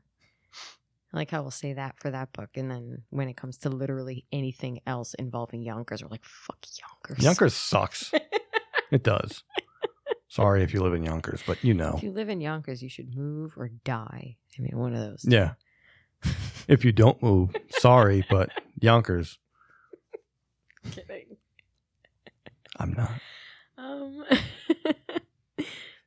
S6: like how we'll say that for that book, and then when it comes to literally anything else involving Yonkers, we're like, "Fuck Yonkers."
S5: yonkers
S6: (laughs)
S5: sucks it does sorry if you live in yonkers but you know
S6: If you live in Yonkers, you should move or die. I mean, one of those.
S5: Yeah. If you don't move, sorry, but Yonkers,
S6: Kidding.
S5: I'm not.
S6: Um, (laughs)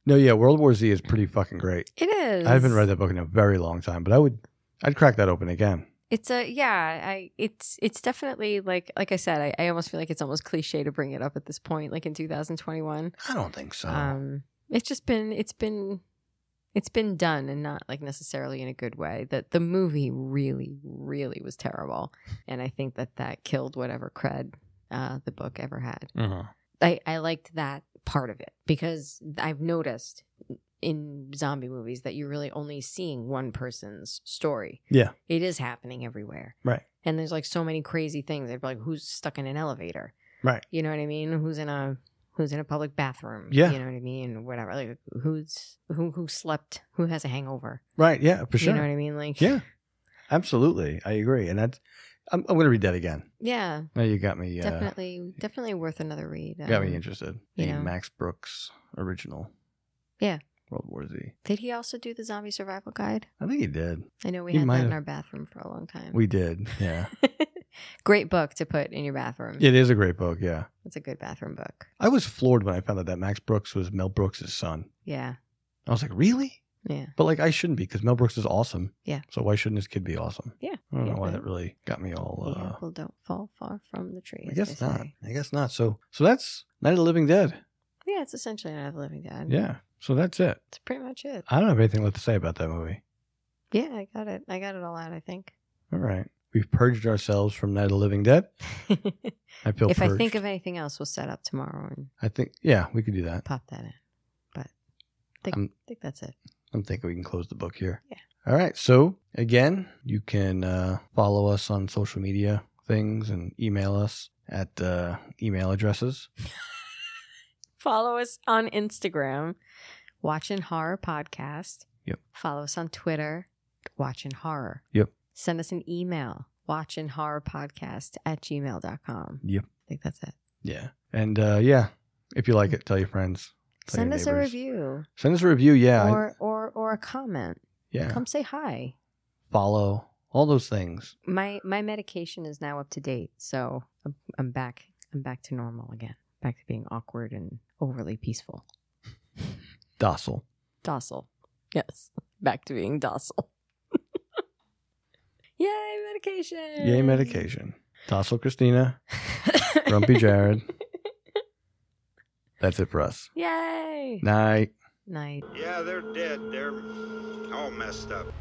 S5: No, yeah, World War Z is pretty fucking great.
S6: it is.
S5: I haven't read that book in a very long time, but I would, I'd crack that open again.
S6: It's a yeah, I it's it's definitely like like I said, I, I almost feel like it's almost cliche to bring it up at this point, like in 2021.
S5: I don't think so.
S6: Um it's just been it's been it's been done and not like necessarily in a good way. That the movie really, really was terrible. And I think that that killed whatever cred uh, the book ever had.
S5: Mhm.
S6: I, I liked that part of it because I've noticed in zombie movies that you're really only seeing one person's story.
S5: Yeah.
S6: It is happening everywhere.
S5: Right.
S6: And there's like so many crazy things. I'd be like, who's stuck in an elevator?
S5: Right.
S6: You know what I mean? Who's in a who's in a public bathroom?
S5: Yeah.
S6: You know what I mean? Whatever. Like who's who who slept? Who has a hangover?
S5: Right? Yeah, for sure.
S6: You know what I mean? Like
S5: Yeah, absolutely. I agree, and that's. I'm, I'm going to read that again.
S6: Yeah.
S5: Now you got me. Uh,
S6: Definitely definitely worth another read.
S5: Got me
S6: Um,
S5: interested.
S6: you
S5: The
S6: know.
S5: Max Brooks original.
S6: Yeah.
S5: World War Z.
S6: Did he also do the zombie survival guide?
S5: I think he did.
S6: I know we
S5: He
S6: had
S5: might
S6: that
S5: have.
S6: in our bathroom for a long time.
S5: We did.
S6: (laughs)
S5: Yeah.
S6: great book to put in your bathroom.
S5: it is a great book. Yeah.
S6: It's a good bathroom book.
S5: I was floored when I found out that Max Brooks was Mel Brooks' son.
S6: Yeah.
S5: I was like, really?
S6: Yeah.
S5: But like, I shouldn't be because Mel Brooks is awesome.
S6: Yeah.
S5: So why shouldn't his kid be awesome?
S6: Yeah.
S5: I don't
S6: Yeah,
S5: know why
S6: right.
S5: that really got me all.
S6: the
S5: Uh,
S6: apple don't fall far from the tree.
S5: I
S6: as they
S5: guess not.
S6: say.
S5: I guess not. So so that's Night of the Living Dead.
S6: Yeah, it's essentially Night of the Living Dead.
S5: Yeah. So that's it.
S6: It's pretty much it.
S5: I don't have anything left to say about that movie.
S6: Yeah, I got it. I got it all out, I think.
S5: All right. We've purged ourselves from Night of the Living Dead. I feel
S6: if
S5: purged.
S6: I think of anything else, we'll set up tomorrow and
S5: I think yeah, we could do that.
S6: pop that in. But I think,
S5: I'm-
S6: I think that's it.
S5: I'm thinking we can close the book here.
S6: Yeah.
S5: All right. So again, you can uh, follow us on social media things and email us at uh, email addresses.
S6: Follow us on Instagram, Watching Horror Podcast.
S5: Yep.
S6: Follow us on Twitter, Watching Horror.
S5: Yep.
S6: Send us an email, Watching Horror Podcast at gmail.com.
S5: Yep.
S6: I think that's it.
S5: Yeah. And uh, yeah, if you like it, tell your friends. Tell your
S6: Send us a
S5: neighbors.
S6: review
S5: Send us a review. Yeah. I-
S6: or, or, or a comment.
S5: yeah.
S6: Come say hi.
S5: Follow all those things.
S6: My my medication is now up to date, so I'm, I'm back. I'm back to normal again. Back to being awkward and overly peaceful.
S5: Docile.
S6: Docile. Yes. Back to being docile. (laughs) Yay, medication.
S5: Yay
S6: (laughs)
S5: medication. Docile Christina. Grumpy
S6: (laughs)
S5: Jared. That's it for us.
S6: Yay.
S5: Night.
S6: Night.
S4: Yeah, they're dead. They're all messed up.